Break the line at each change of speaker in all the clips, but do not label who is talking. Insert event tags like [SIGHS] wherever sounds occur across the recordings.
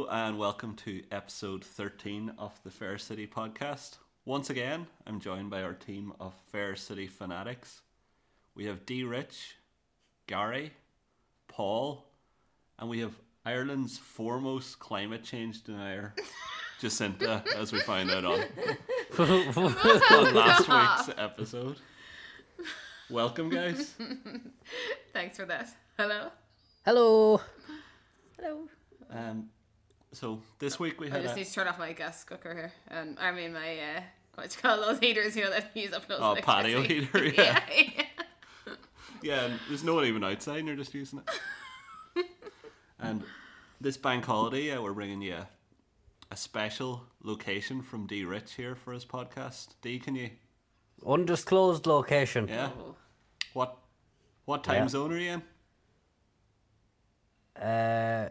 welcome to episode 13 of the Fair City podcast. Once again, I'm joined by our team of Fair City fanatics. We have D Rich, Gary, Paul, and we have Ireland's foremost climate change denier, Jacinta, as we find out [LAUGHS] on on last week's episode. Welcome, [LAUGHS] guys.
Thanks for that. [LAUGHS] Hello.
Hello. Hello.
Um, so Oh, this week we
I
had
just
a,
need to turn off my gas cooker here, and I mean my uh, what do you [LAUGHS] call those heaters? You know that use up loads.
Oh,
of
patio
electricity. [LAUGHS]
heater, [LAUGHS] yeah.
yeah.
yeah, and there's no one even outside, and you're just using it.
[LAUGHS]
and this bank holiday, uh, we're bringing you a, a special location from D Rich here for his podcast. D, can you?
Undisclosed location.
Yeah.
Oh.
What what time
Yeah.
zone are you in?
Uh,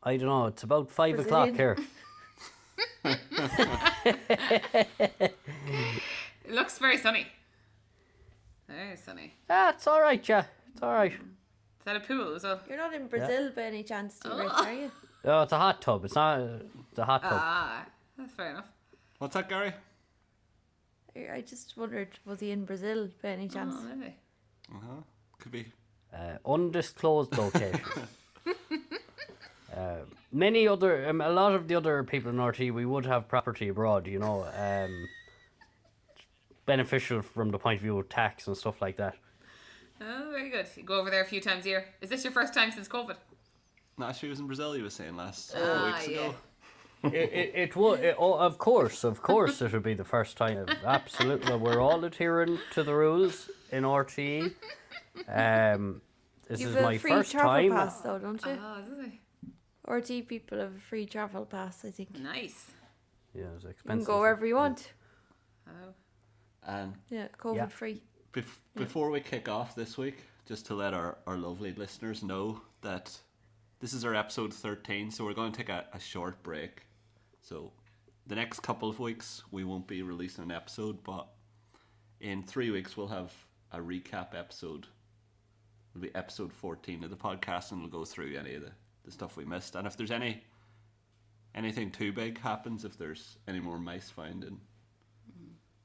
I don't know. It's about five o'clock here.
It looks very sunny. Very sunny.
Ah, it's all right, yeah. It's all right.
Is that a pool as well?
Oh.
You're not in Brazil by any chance, do you, Rich, are you?
Oh, it's a hot tub. It's not. It's a hot tub.
Ah, that's fair enough.
What's that, Gary?
I- I just wondered, was he in Brazil by any chance?
Oh, maybe.
Uh huh. Could be.
Uh, undisclosed location. Uh, many other, um, a lot of the other people in RT, we would have property abroad, you know, um, beneficial from the point of view of tax and stuff like that.
Oh, very good. You go over there a few times a year. Is this your first time since COVID?
Nah, she was in Brazil. You were saying last couple
Ah,
weeks ago.
it, it, it would. It, oh, of course, of course, it would be the first time. Absolutely, we're all adhering to the rules in RTE. Um, this
You've
is my
a free
first
travel
time.
pass, though, don't you?
Oh, is
Or do people have a free travel pass, I think.
it?
You
Nice.
Yeah, it's
can
expensive.
go wherever you want.
Oh.
And
Yeah, COVID free.
Bef- Before we kick off this week, just to let our, our lovely listeners know that this is our episode 13, so we're going to take a, a short break. So, the next couple of weeks, we won't be releasing an episode, but in three weeks, we'll have a recap episode. It'll be episode 14 of the podcast, and we'll go through any of the, the stuff we missed. And if there's any anything too big happens, if there's any more mice found in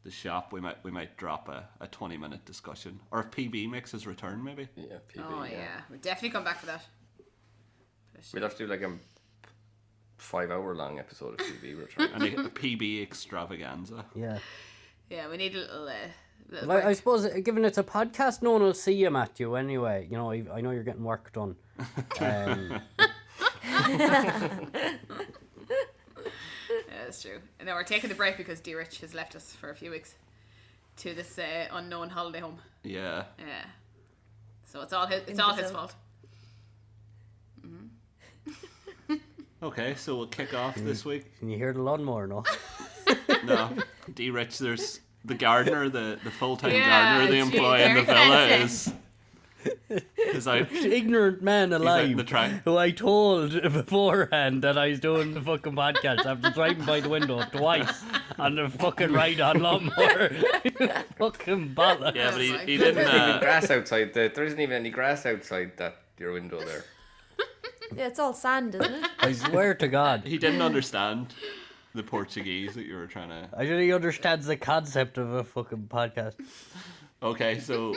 the shop, we might we might drop a, a twenty minute discussion, or if PB makes his return, maybe.
Yeah, PB.
Oh, yeah. We'll definitely come back for that.
We'd have to do like a five hour long episode of PB return.
[LAUGHS] And uh, a, a PB extravaganza.
Yeah,
Yeah, we need a little. Uh, little
like, I
break.
suppose, uh, given it's a podcast, no one will see you, Matthew. Anyway, you know, I, I know you're getting work [LAUGHS] done. Um,
Yeah, that's true. And then we're taking the break because D Rich has left us for a few weeks to this uh, unknown holiday home.
Yeah,
Yeah. So it's all his, it's all his
Brazil.
fault.
Okay, so we'll kick off this week.
can you hear the lawnmower? No.
No, [LAUGHS] D Rich, there's the gardener, the, the full time
Yeah,
gardener, the
gee,
employee in the
very
villa is
fancy.
is out.
ignorant man
out in
alive
the track.
who I told [LAUGHS] beforehand that I was doing the fucking podcast after driving by the window twice on the fucking ride on lawnmower. [LAUGHS] fucking bollocks.
Yeah, but he,
Oh my
he didn't.
There's even
Uh,
grass outside. The, there isn't even any grass outside that your window there.
Yeah, it's all sand, isn't it?
[LAUGHS]
I swear to God.
he didn't understand the Portuguese that you were trying to.
I don't think he understands the concept of a fucking podcast.
Okay, so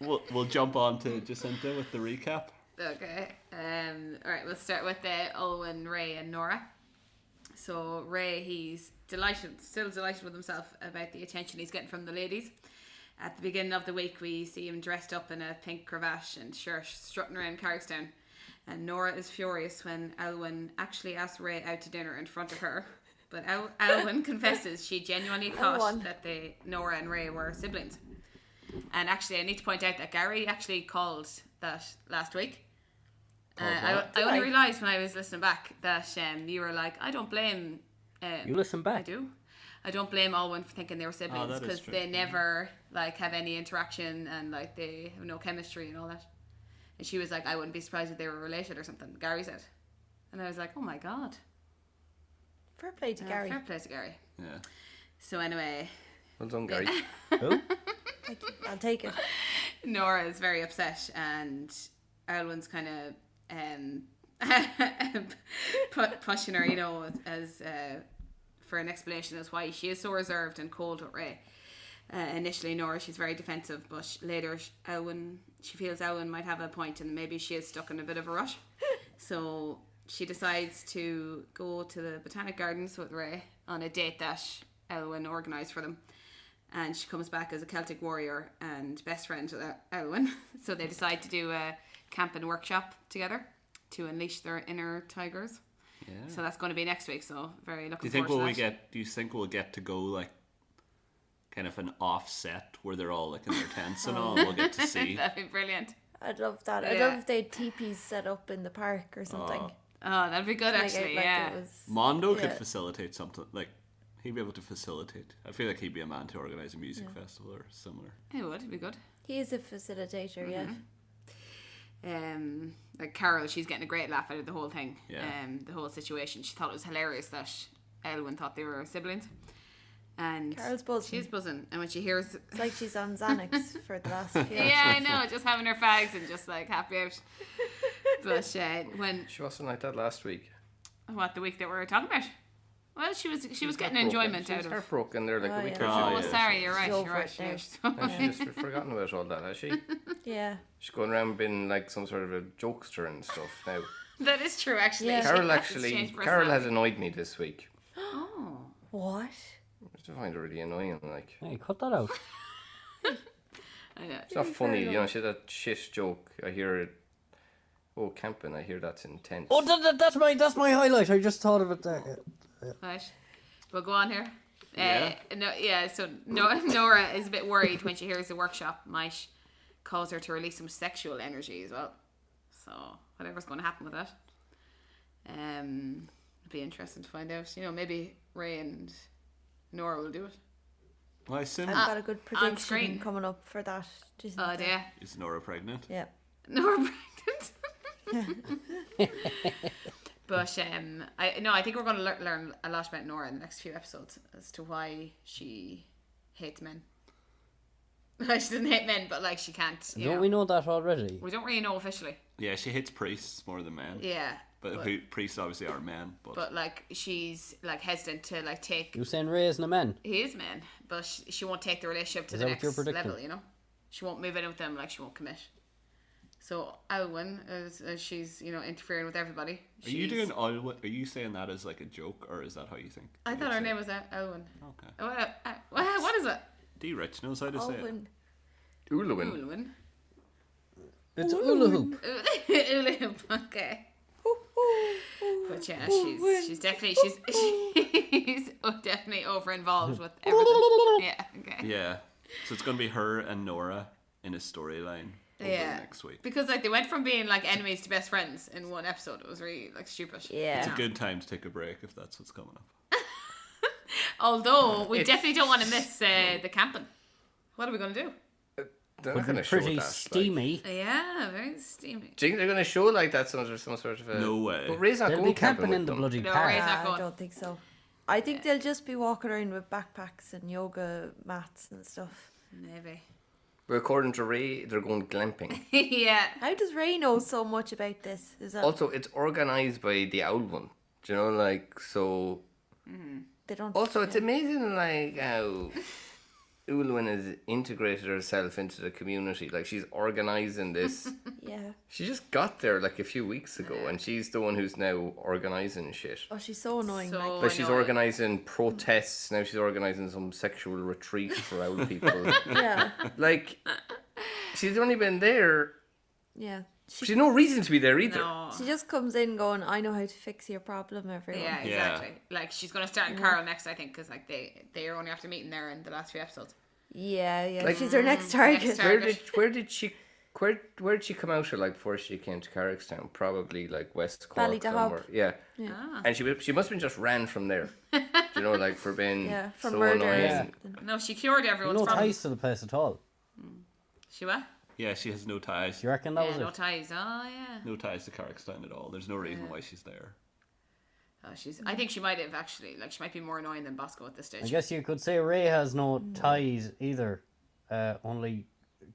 we'll we'll jump on to Jacinta with the recap.
Okay. Um. All right. We'll start with uh, Owen, Ray, and Nora. So Ray, he's delighted, still delighted with himself about the attention he's getting from the ladies. At the beginning of the week, we see him dressed up in a pink cravat and shirt, strutting around Carrickstown. And Nora is furious when Elwyn actually asks Ray out to dinner in front of her. But El- Elwyn confesses she genuinely thought
Elwyn.
that they, Nora and Ray were siblings. And actually, I need to point out that Gary actually called that last week. Uh, I, I only
I?
realised when I was listening back that um, you were like, I don't blame. Um,
You listen
I
back.
do. I don't blame Alwyn for thinking they were siblings
Oh, that is
because
true.
they never like have any interaction and like they have no chemistry and all that. And she was like, I wouldn't be surprised if they were related or something. Gary said, and I was like, Oh my god,
Fair play to
Uh,
Gary.
fair play to Gary.
Yeah.
So anyway,
Well done, Gary.
Who?
Thank you. I'll take it.
Nora is very upset, and Elwyn's kind of um, [LAUGHS] Pu- pushing her, you know, as uh, for an explanation as why she is so reserved and cold with Ray. Uh, initially, Nora, she's very defensive, but sh- later, sh- Owen, she feels Owen might have a point and maybe she is stuck in a bit of a
[LAUGHS]
rush. so she decides to go to the Botanic Gardens with Ray on a date that Elwyn organised for them. And she comes back as a Celtic warrior and best friend to El- Elwyn. [LAUGHS] So they decide to do a camp and workshop together to unleash their inner tigers.
Yeah.
So that's going to be next week. So very looking
Do you think
forward
will
to
we
that.
get? Do you think we'll get to go like kind of an offset where they're all like in their tents and all? and We'll get to
[LAUGHS]
see.
That'd be brilliant.
I'd love that. I'd
Yeah.
love if they had teepees set up in the park or something.
Oh,
Oh, that'd be good
Like,
actually.
like
yeah.
it was
Mondo could
Yeah.
facilitate something like he'd be able to facilitate. I feel like he'd be a man to organize a music festival or similar.
It would it'd be good.
He is a facilitator, yeah.
Mm-hmm. Um, like Carol, she's getting a great laugh out of the whole thing.
Yeah.
Um, the whole situation. She thought it was hilarious that Elwyn thought they were siblings. And
Carol's buzzing.
she's buzzing, and when she hears,
It's like she's on Xanax for the last few.
[LAUGHS] yeah, I know, just having her fags and just like happy out. [LAUGHS] But uh, when
She wasn't like that last week.
what the week that we were talking about? Well, she was she was getting
Heartbroken.
enjoyment
She was
out of.
heartbroken there like
Oh,
a week
yeah.
or
Oh,
two.
Oh,
yeah.
ago.
sorry, you're right,
She's
you're
over
right. [LAUGHS]
it now.
you're so-
And she's just forgotten about all
[LAUGHS]
that, has she?
Yeah.
She's going around being like some sort of a jokester and stuff now.
that is true, actually.
Yeah.
She
Carol
has
actually,
changed
Carol has
personality.
annoyed me this week.
Oh.
What?
I find her really annoying. Like
Hey, cut that out.
I know.
it's not funny, you know. She had that shit joke. I hear it. Oh, camping! I hear that's intense.
Oh, that, that, that's my that's my highlight. I just thought of it. There.
Right. We'll go on here.
Yeah.
Uh, no, yeah, so no, [LAUGHS] Nora is a bit worried when she hears the workshop might cause her to release some sexual energy as well. So, whatever's going to happen with that. Um, it'll be interesting to find out. You know, maybe Ray and Nora will do it.
Well, I assume
I've
Uh,
got a good
screen.
prediction coming up for that. Do you think
Oh,
that-
yeah.
is Nora pregnant?
Yeah.
Nora pregnant. [LAUGHS] but um, I no, I think we're going to lear- learn a lot about Nora in the next few episodes as to why she hates men. [LAUGHS] she doesn't hate men, but like she can't. You
Don't
know.
we know that already?
We don't really know officially.
Yeah, she hates priests more than men.
Yeah,
But,
but-
who, priests obviously are men. But,
but like she's like hesitant to like take
You saying Ray isn't a man?
his men, but she, she won't take the relationship to
Is
the
that what you're
next
predicting?
level. You know, she won't move in with them. Like she won't commit. So Alwyn, as, as she's you know interfering with everybody.
are you
she's-
doing all? What are you saying that as like a joke, or is that how you think?
I
you'd
thought her
say it?
name was El- Elwin.
Okay.
Oh, uh, uh, what what is it?
D. Rich knows how to
Oh,
say
Oh,
it.
Alwyn.
Ulewin.
Ulwin.
It's hula hoop.
Ulwin. [LAUGHS] Okay. But yeah, she's she's definitely she's she's [LAUGHS] oh, definitely over involved with everything. Yeah. Okay.
Yeah. So it's gonna be her and Nora in a storyline over
Yeah.
next week.
Because like they went from being like enemies to best friends in one episode. It was really like stupid.
Yeah.
It's a good time to take a break if that's what's coming up.
Although we definitely don't want to miss uh, the camping. What are we gonna do?
They're not
Would
gonna
be
show
pretty
that, like.
steamy.
Yeah, very steamy.
Do you think they're gonna show like that some sort of some sort of a...
No way.
But Ray's not
They'll
going
be camping
with
in the
them.
bloody
No,
park.
Ray's not
I
going.
don't think so. I think they'll just be walking around with backpacks and yoga mats and stuff.
Maybe.
But according to Ray, they're going glamping.
[LAUGHS]
[LAUGHS]
yeah.
How does Ray know so much about this? Is that
also, it's organized by the owl one. Do you know, like so?
they don't?
Also, it's amazing, like how Ulwin has integrated herself into the community. Like she's
[LAUGHS]
organizing this.
yeah.
she just got there like a few weeks ago, and she's the one who's now organizing shit.
Oh, she's so annoying.
So
Like,
Like
I
she's
know it.
organizing protests now. She's organizing some sexual retreat for owl people.
[LAUGHS] yeah,
like she's only been there.
yeah. She,
She's no reason to be there either.
No.
she just comes in going, "I know how to fix your problem, everyone."
Yeah.
Yeah, exactly. Like she's gonna start in Carol next, I think, because like they they are only after meeting there in the last few episodes.
yeah. yeah.
Like-
she's her next target.
Mm, Next
Where
Target.
did where did she where where did she come out of like before she came to Carrickstown? Probably like West Cork
Ballydehob.
somewhere. Yeah.
Yeah.
And she wa- she must have been just ran
[LAUGHS]
from there. Do you know, like for being
Yeah, from
so
murder.
annoying.
Yeah.
No, she cured everyone's
No
problems.
ties to the place at all.
She what?
Yeah, she has no ties.
Do you reckon that
Yeah,
was
no
it?
ties. Oh yeah.
No ties to Carrickstown at all. There's no reason why she's there.
Oh, she's. I think she might have actually. Like she might be more annoying than Bosco at this
I
stage.
guess you could say Ray has no ties either. Uh, only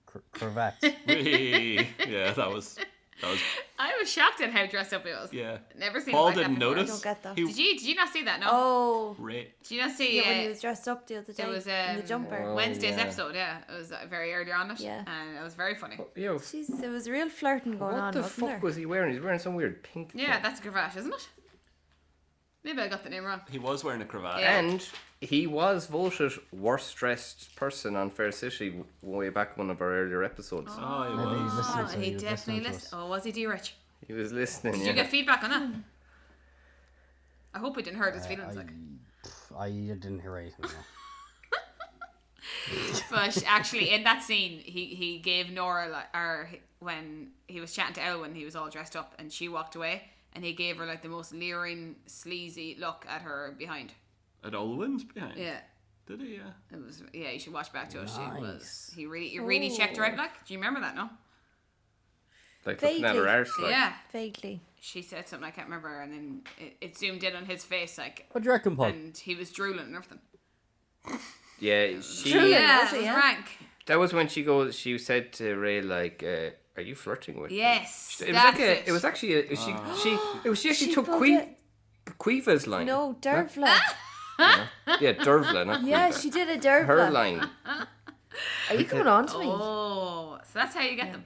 cr- cravats.
Whee! yeah, that was that was
I was shocked at how dressed up he was. [LAUGHS]
Yeah.
Never seen
Paul
him like
didn't
that before.
notice.
don't get that.
He,
Did you did you not see that? No.
Oh,
Ray,
Did you not see?
yeah, when he
uh,
was dressed up the other day
was,
in the
um,
jumper.
Oh,
Wednesday's
yeah.
episode, yeah, it was uh, very early on it,
Yeah.
and it was very funny.
Oh,
Yo,
Jeez, there was real flirting going
what
on.
the
wasn't
fuck
there?
was he wearing? He's wearing some weird pink.
Yeah, that's a cravat, isn't it? Maybe I got the name wrong.
he was wearing a cravat.
Yeah.
And he was voted worst dressed person on Fair City way back one of our earlier episodes.
Oh, he was.
Maybe he's listening
Oh,
to
he
you,
definitely
listening to
listened. Oh, was he, D. Rich?
He was listening.
Did
yeah.
you get feedback on that? I hope it didn't hurt
Uh,
his feelings. like,
[LAUGHS]
us. I didn't hear anything. no.
but actually, in that scene, he he gave Nora like, or he- when he was chatting to Elwyn, he was all dressed up, and she walked away, and he gave her like the most leering, sleazy look at her behind.
And Olwen's behind.
Yeah.
Did he? Yeah.
It was yeah. You should watch back to it. She was
Nice.
he really he really checked her out. Like, do you remember that? No.
Like looking at her
Vaguely.
arse. Like,
yeah.
Vaguely.
She said something I can't remember, and then it, it zoomed in on his face, like,
[LAUGHS] What do you
Oh.
reckon, Paul?
and he was drooling and everything.
yeah. She.
Drooling,
yeah,
was
it
he,
was
yeah?
rank.
That was when she goes. She said to Ray, like, uh, "Are you flirting with?" me?"
Yes,
It was
that's
like a, it.
it.
was actually a, she. She. It was she actually
She
took
pulled
Queef,
it.
Queeva's line.
No, Dervla.
Yeah,
[LAUGHS]
Dervla, not
yeah,
Queeva.
she did a Dervla.
Her line.
Are you coming on to me?
Oh, so that's how you get them.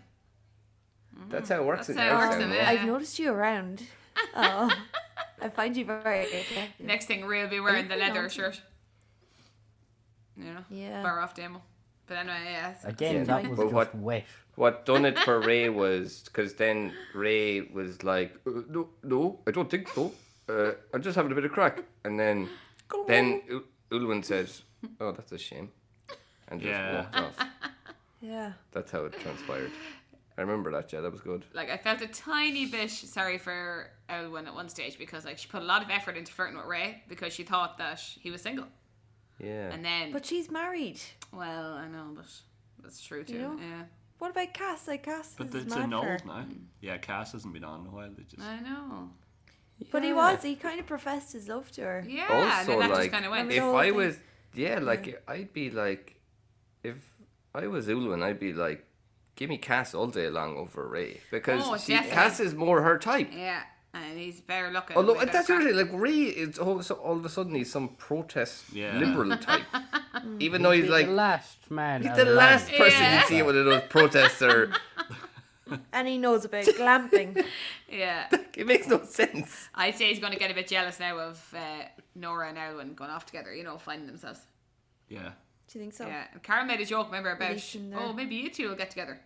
That's how it works.
That's
in
how it
Irish
works
town,
in
yeah.
it.
Um, I've noticed
[LAUGHS]
you around. Oh, I find you very attractive.
Next thing, Ray will be wearing the
Anything
leather
else?
shirt. You know,
Yeah.
bar off demo. But anyway, yeah. so-
Again,
Yeah,
that
like-
was
But
just
what-
wet.
What done it
[LAUGHS]
for Ray was because then Ray was like, uh, no, no, I don't think so. Uh, I'm just having a bit of crack. And then, then U- Ulwin said, "Oh, that's a shame," and just
Yeah.
walked off.
Yeah.
That's how it transpired. I remember that. Yeah, that was good.
like I felt a tiny bit sorry for Elwyn at one stage because like she put a lot of effort into flirting with Ray because she thought that he was single,
Yeah.
and then
But she's married.
well, I know, but that's true too.
know?
Yeah,
What about Cass? Like Cass
But
is
it's
mad
an old
for her.
now. Yeah, Cass hasn't been on in a while. They just
I know.
But he
Yeah.
was. He kind of professed his love to her.
Yeah, and
also
then that
like
just kind of went.
if
No,
I
they-
was yeah like I'd be like if I was Ulwin I'd be like give me Cass all day long over Ray because
Oh,
she,
definitely.
Cass is more her type.
yeah, and he's better looking.
Although
way
that's
better
really like Ray is all, so all of a sudden he's some protest
Yeah.
[LAUGHS] liberal type, even though he's like
the last man.
he's the last
Yeah.
person you see at one of those protests [LAUGHS] or
And he
[LAUGHS]
knows about glamping.
back. Yeah,
it makes no sense.
I'd say he's going to get a bit jealous now of uh, Nora and Elwyn going off together. You know, finding themselves.
yeah.
Do you think so?
Yeah, and Karen made a joke, remember, about
Relation there.
oh maybe you two will get together.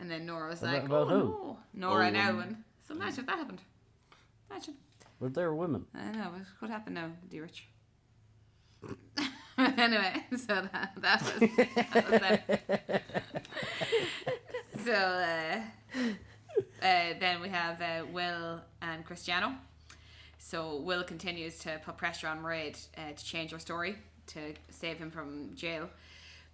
And then Nora was
About-
like,
about
oh
who? Oh, um,
no, Nora and
Owen.
Elwin. So imagine if that happened. Imagine.
Were there women?
I know it could happen now, dear Rich. [LAUGHS] anyway, [LAUGHS] so that that was, that was that.
[LAUGHS]
so uh, uh, then we have uh, Will and Cristiano. So Will continues to put pressure on Raid uh, to change her story to save him from jail,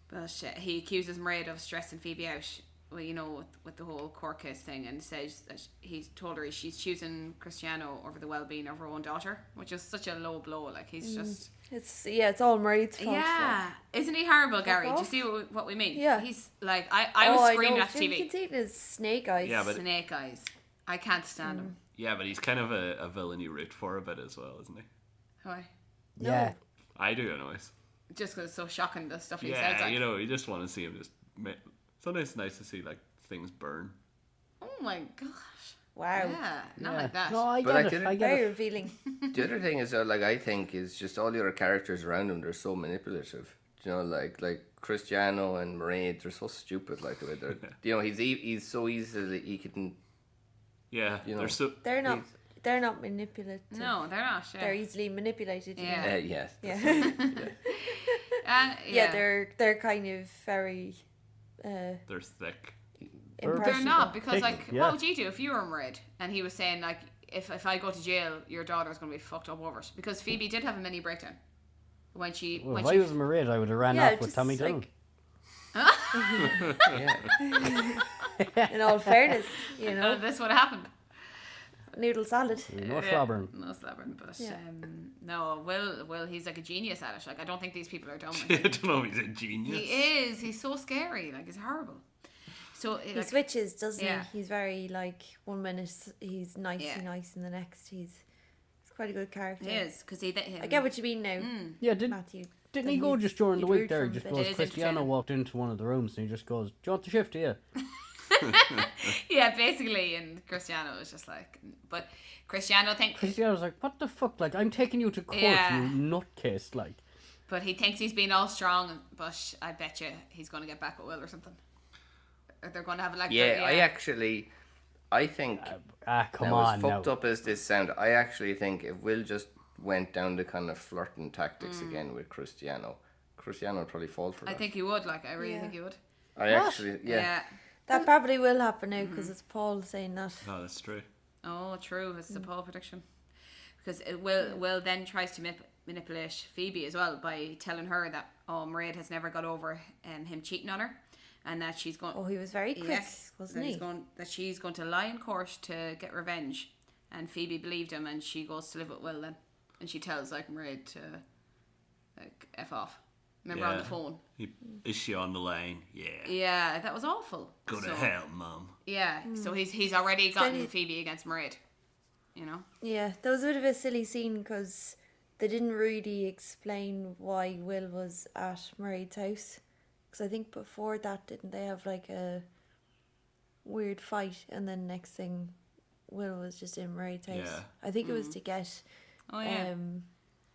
but uh, he accuses Raid of stressing Phoebe out. Well, you know, with, with the whole court case thing, and says that he's told her she's choosing Cristiano over the well-being of her own daughter, which is such a low blow. Like he's
Mm,
just
It's yeah. It's all Murray's fault.
yeah, isn't he horrible, Gary? Do you
off.
see what we, what we mean?
Yeah. Oh,
he's like I, I was screaming at
You can
TV.
see it in his snake eyes.
Yeah, but-
Snake eyes. I can't stand him.
Yeah, but he's kind of a, a villain you root for a bit as well, isn't he?
Mm.
Why?
Yeah.
I do, anyways.
Just because it's so shocking the stuff he says.
Yeah,
Like,
you know, you just want to see him just. Ma- Sometimes it's nice to see like things burn.
oh my gosh.
wow.
Yeah, not
Yeah.
like that.
No, I
But
get
I
it.
didn't-
I get
Very
it.
revealing.
[LAUGHS]
The other thing is though, like I think is just all the other characters around him they're so manipulative. You know, like like Cristiano and Mairead, they're so stupid. Like the way [LAUGHS] they're, you know, he's e- he's so easily he can.
Yeah,
You know.
they're so.
They're not. They're not manipulative.
No, they're not. Yeah.
They're easily manipulated. you
Yeah.
Uh, yes.
Yeah.
[LAUGHS] Uh, yeah.
yeah, they're they're kind of very uh,
They're thick. [LAUGHS]
impressionable.
They're not because
Take
like,
them, yeah.
what would you do if you were in red? And he was saying like, if if I go to jail, your daughter's gonna be fucked up over it because Phoebe did have a mini breakdown when she
Well,
when
if I
she [LAUGHS]
was married, I would have ran
Yeah,
off with
just like-
Tommy Dillon.
[LAUGHS] In all fairness, you
none [LAUGHS]
know,
of this would have happened.
noodle salad.
No
Yeah,
slobbering.
No slobbering, but
Yeah.
um, no, Will Will he's like a genius at it. Like I don't think these people are dumb.
I
Like,
don't know if he's a
he
genius.
is. He's so scary. Like he's horrible. So
He
like,
switches, doesn't
yeah.
he? He's very like one minute s- he's nicey
Yeah.
nice, and the next he's he's quite a good character.
he is Mm. because he. Him.
I get what you mean now,
Yeah, did,
Matthew.
didn't
that
he go
he'd-
just during the
he'd
week
root
there?
for him a
He just
bit.
It
goes,
is
Cristiano
entertaining.
walked into one of the rooms and he just goes, Do you want the shift here?
[LAUGHS] yeah, basically, and Cristiano was just like, but Cristiano thinks,
Cristiano's like, What the fuck? Like, I'm taking you to court,
Yeah.
you nutcase. Like, ah,
but he thinks he's been all strong. But I bet you he's going to get back at Will or something. Or they're going to have a like.
Yeah, I actually, I think
ah, come
now, as
on.
fucked
now.
up as this sound, I actually think if Will just went down the kind of flirting tactics again with Cristiano, Cristiano would probably fall for
I
that.
think he would. Like, I really
Yeah.
think he would.
I actually, yeah.
That probably will happen now
Mm-hmm.
because it's Paul saying that.
No, that's true.
Oh, true. It's the Paul prediction. Because it- Will Will then tries to manip- manipulate Phoebe as well by telling her that oh, Mairead has never got over um, him cheating on her, and that she's going.
Oh, he was very quick,
yes,
wasn't
that
he?
he's going that she's going to lie in court to get revenge, and Phoebe believed him, and she goes to live with Will then, and she tells like Mairead to like f off. Remember on the
Yeah.
phone?
He, is she on the line? Yeah.
Yeah, that was awful.
Go to
So-
hell, mum.
Yeah, so
Hmm.
he's he's already gotten
he-
Phoebe against Mairead. You know.
Yeah, that was a bit of a silly scene because they didn't really explain why Will was at Mairead's house. Because I think before that, didn't they have like a weird fight? And then next thing, Will was just in Mairead's house.
Yeah.
I think it was to get
Mm. Oh yeah.
um,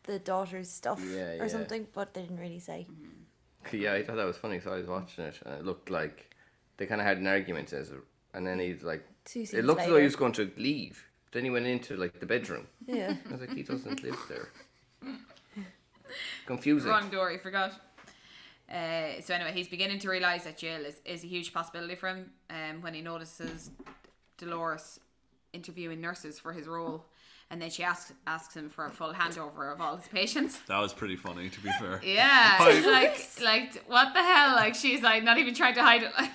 the daughter's stuff
Yeah,
or
yeah.
something, but they didn't really say.
Mm-hmm.
[LAUGHS] Yeah, I thought that was funny. So I was watching it, and it looked like they kind of had an argument as, a, and then he's like,
Two
it
scenes
looked as though he
later.
was going to leave. Then he went into like the bedroom.
[LAUGHS] Yeah.
I was like, he doesn't live there. Confusing.
Wrong door, he forgot. Uh, so anyway, he's beginning to realise that jail is, is a huge possibility for him um, when he notices Dolores interviewing nurses for his role. And then she asks asks him for a full handover of all his patients. [LAUGHS]
That was pretty funny, to be fair.
Yeah,
Hi.
it's like like what the hell? Like she's like not even trying to hide it. [LAUGHS]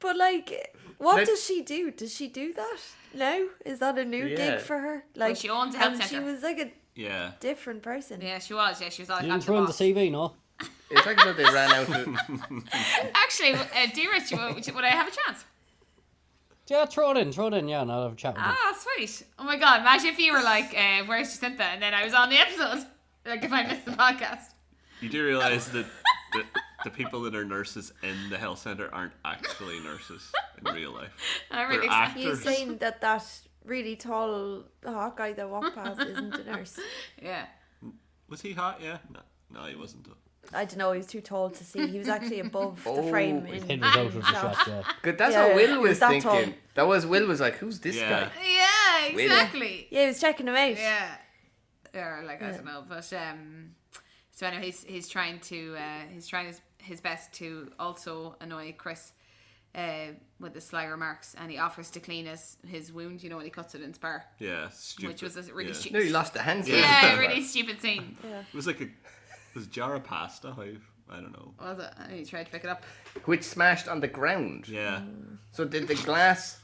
But like, what
Let-
does she do? Does she do that now? Is that a new
Yeah.
gig for her? Like
she owns a health
and
centre.
She was like a
Yeah.
different person.
yeah, she was. Yeah, she was all
You
like, "I'm
didn't
the
throw in the
boss."
CV, no?
It's like as though they ran out of.
[LAUGHS]
Actually, uh, dear Rich, would, would I have a chance?
Yeah, throw it in, throw it in. Yeah, and I'll have a chat with him.
Ah, sweet. Oh my god, imagine if you were like, uh, where's Jacinta? And then I was on the episode. [LAUGHS] Like if I missed the podcast.
You do realize that the, the people that are nurses in the health center aren't actually nurses
[LAUGHS]
in real life.
I
They're
really excited.
You
actors.
saying that that really tall Hawkeye that walked past isn't a nurse?
Yeah.
Was he hot? Yeah. No, no he wasn't.
[LAUGHS] I don't know. He was too tall to see. He was actually above
Oh,
the frame.
his
in-
Head was out of the
in
Ah.
shot, yeah.
[LAUGHS] Good, that's
Yeah,
what Will
it
was,
was that
thinking.
tall.
That was Will was like, who's this
Yeah.
guy?
Yeah,
Really?
exactly.
Yeah, he was checking him out.
Yeah. Or like I don't know, but um so anyway he's he's trying to uh he's trying his, his best to also annoy Chris uh with the sly remarks and he offers to clean his his wound, you know, when he cuts it in spar.
Yeah. Stupid.
Which was a really
yeah.
stu-
No, he lost a
[LAUGHS]
hand.
Yeah, [LAUGHS]
[LAUGHS]
a really stupid scene.
It was like a it was a jar of pasta. I, I don't know.
Was it? And he tried to pick it up.
Which smashed on the ground.
Yeah.
Mm.
So did the glass?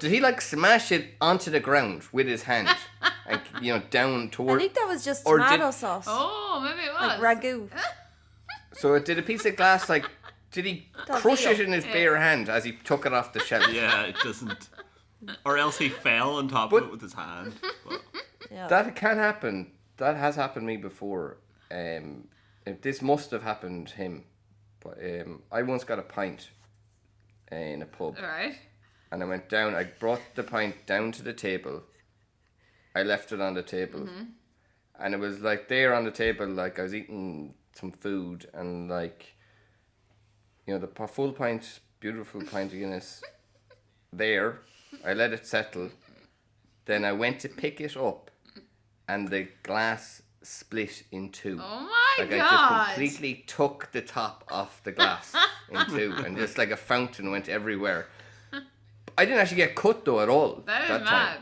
did he like smash it onto the ground with his hand,
[LAUGHS]
like you know, down
I
toward?
think that was just
Or
tomato
did-
sauce,
Oh, maybe it was.
like [LAUGHS] ragu.
So did a piece of glass like?
[LAUGHS]
Did he crush it in his bare hand as he took it off the shelf?
[LAUGHS] Yeah. It doesn't. Or else he fell on top
But-
of it with his hand. But
Yeah.
That can happen. That has happened to me before. Um, if this must have happened to him, but um, I once got a pint in a pub.
All right.
and I went down. I brought the pint down to the table. I left it on the table, and it was like there on the table, like I was eating some food, and like you know the p- full pint, beautiful pint of Guinness. there, I let it settle. Then I went to pick it up, and the glass split in two.
Oh my
Like
god.
I just completely took the top off the glass in
[LAUGHS]
two, and just like a fountain went everywhere. I didn't actually get cut though at all.
that is
that
mad.
Time.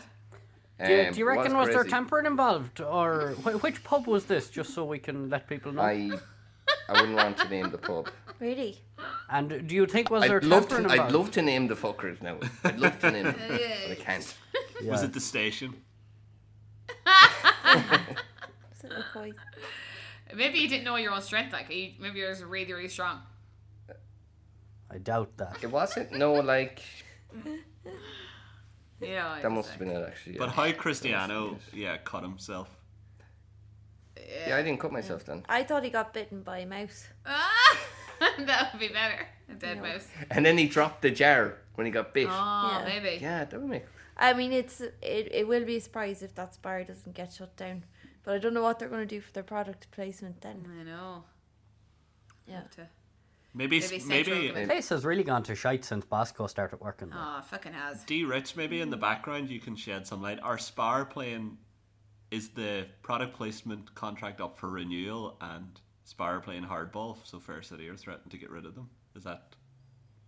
Do you,
Um,
do you reckon was, there
crazy.
tampering involved, or wh- which pub was this? Just so we can let people know.
I, I wouldn't want to name the
[LAUGHS]
pub.
Really?
and do you think was there
I'd love to.
tampering
I'd
involved?
love to name the fuckers now. I'd love
[LAUGHS]
to name them, but I can't.
Yeah.
was it the station?
Is it McCoy?
Maybe you didn't know your own strength. Like you, maybe yours are really, really strong.
I I doubt that.
It wasn't. No, like
Yeah,
that must have been it actually.
But
yeah.
how Cristiano, yeah, cut himself.
yeah, I didn't cut myself then.
I thought he got bitten by a mouse.
Ah, [LAUGHS] that would be better. A dead mouse.
And then he dropped the jar when he got bit.
Oh,
Yeah.
maybe.
Yeah, that would make.
I mean, it's it, it will be a surprise if that bar doesn't get shut down. But I don't know what they're going to do for their product placement then.
I know.
Yeah.
Have to-
Maybe
Maybe
s-
central
maybe
government.
Place has really gone to shite since Basco started working. there.
Oh, it fucking has.
D Rich, maybe in the background you can shed some light. Our Spar playing is the product placement contract up for renewal, and Spar are playing hardball, so Fair City are threatening to get rid of them. Is that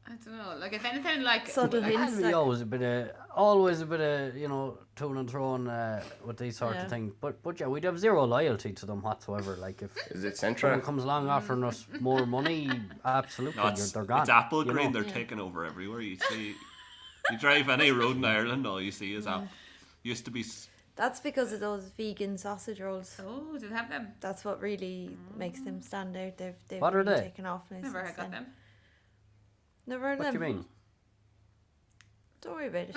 I don't know. Like, if anything, like.
Subtle
There
hints.
can be
like-
always a bit of, always a bit of, you know, to and throwing uh, with these sort
Yeah.
of things. But but yeah, we'd have zero loyalty to them whatsoever. Like if
Is it
someone
Centra?
comes along offering us more money, absolutely,
[LAUGHS] no?
you're,
It's,
they're gone.
it's apple
you
green.
know.
They're taking over everywhere. You see, you drive any road in Ireland, all you see is apple. Used to be s-
That's because of those vegan sausage rolls.
Oh, do they have them?
That's what really makes them stand out. They've they've
What are
really
they?
taken off now.
Mm. Never
since
heard got
then.
them.
Never heard
What
them.
do you mean?
Don't worry
[LAUGHS]
about it.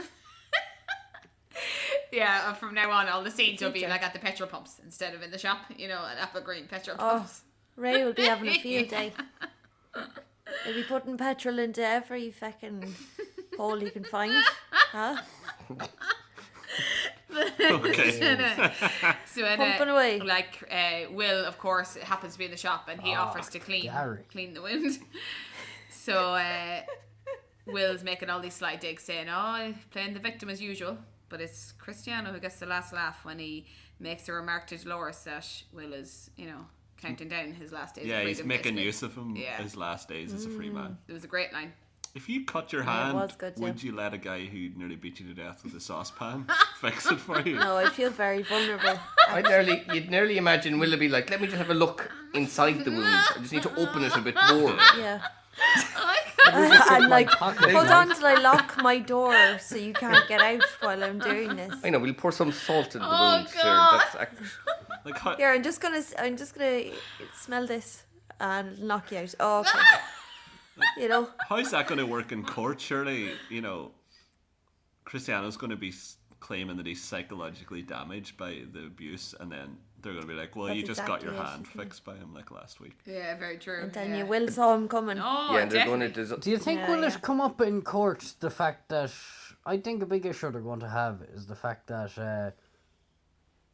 Yeah, uh, from now on, all the scenes will be
Future.
like at the petrol pumps instead of in the shop. You know, at Apple Green petrol
Oh,
pumps.
Ray will be
[LAUGHS]
having a field day. He'll be putting petrol into every fucking hole he
[LAUGHS]
can find. Huh?
okay.
So when,
Pumping
uh,
away.
Like uh, Will, of course, happens to be in the shop, and he offers to clean
Gary.
clean the wound. [LAUGHS] So uh, Will's making all these sly digs, saying, "Oh, playing the victim as usual," but it's Cristiano who gets the last laugh when he makes a remark to Dolores that Will is, you know, counting down his last days.
yeah,
of
he's
freedom,
making
basically.
use of him.
Yeah.
His last days as a free man.
It was a
[LAUGHS]
great line.
If you cut your
it
hand,
was good, Mm. yeah.
would you let a guy who nearly beat you to death with a
[LAUGHS]
saucepan fix it for you?
No, I feel
[LAUGHS]
very vulnerable.
I nearly, you'd nearly imagine Willoughby like, let me just have a look inside the wound. I just need to open it a bit more.
Yeah.
Oh
[LAUGHS]
[LAUGHS]
Took my [LAUGHS]
I'm like,
pocket
hold
knife.
on till I lock my door so you can't get out while I'm doing this.
I know. We'll pour some salt in the
Oh,
wound, sir.
God.
That's ac-
Like, how,
Here, I'm just gonna, s- I'm just gonna smell this and it'll knock you out. Oh, okay.
[LAUGHS]
you know,
how's that going to work in court? Surely, you know, Cristiano's going to be s- claiming that he's psychologically damaged by the abuse, and then they're going to be like, "Well, you
That's
just got
exactly
your
it,
hand
isn't it?
fixed by him like last week."
Yeah, very true.
and then
yeah.
you will saw him coming.
Oh,
yeah, and they're going to.
definitely.
Des-
Do you think
Yeah,
will
yeah.
it come up in court the fact that I think a big issue they're going to have is the fact that uh,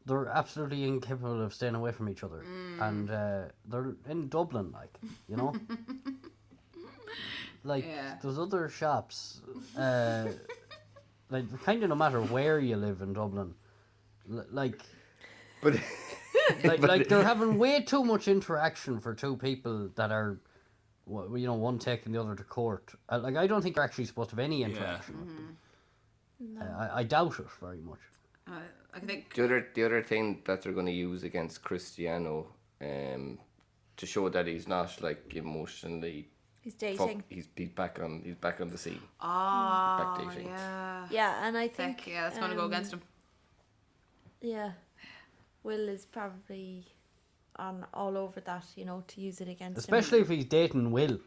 they're absolutely incapable of staying away from each other,
Mm.
and uh, they're in Dublin, like
[LAUGHS]
you know, like
Yeah.
those other shops,
[LAUGHS]
uh, like kind of no matter where you live in Dublin, l- like
but [LAUGHS]
[LAUGHS] like, like they're having way too much interaction for two people that are, wh- you know, one taking the other to court. Uh, like I don't think they're actually supposed to have any interaction. with them.
Mm-hmm.
Uh, I, I doubt it very much.
Uh, I think.
the other, the other thing that they're going to use against Cristiano, um, to show that he's not like emotionally.
He's
Fuck,
dating.
he's, he's back on. He's back on the scene.
Ah,
Backdating.
yeah.
Yeah, and I think
Heck, yeah, that's going to go
um,
against him.
Yeah, Will is probably on all over that. You know, to use it against
Especially
him.
if he's dating
[LAUGHS]
Will.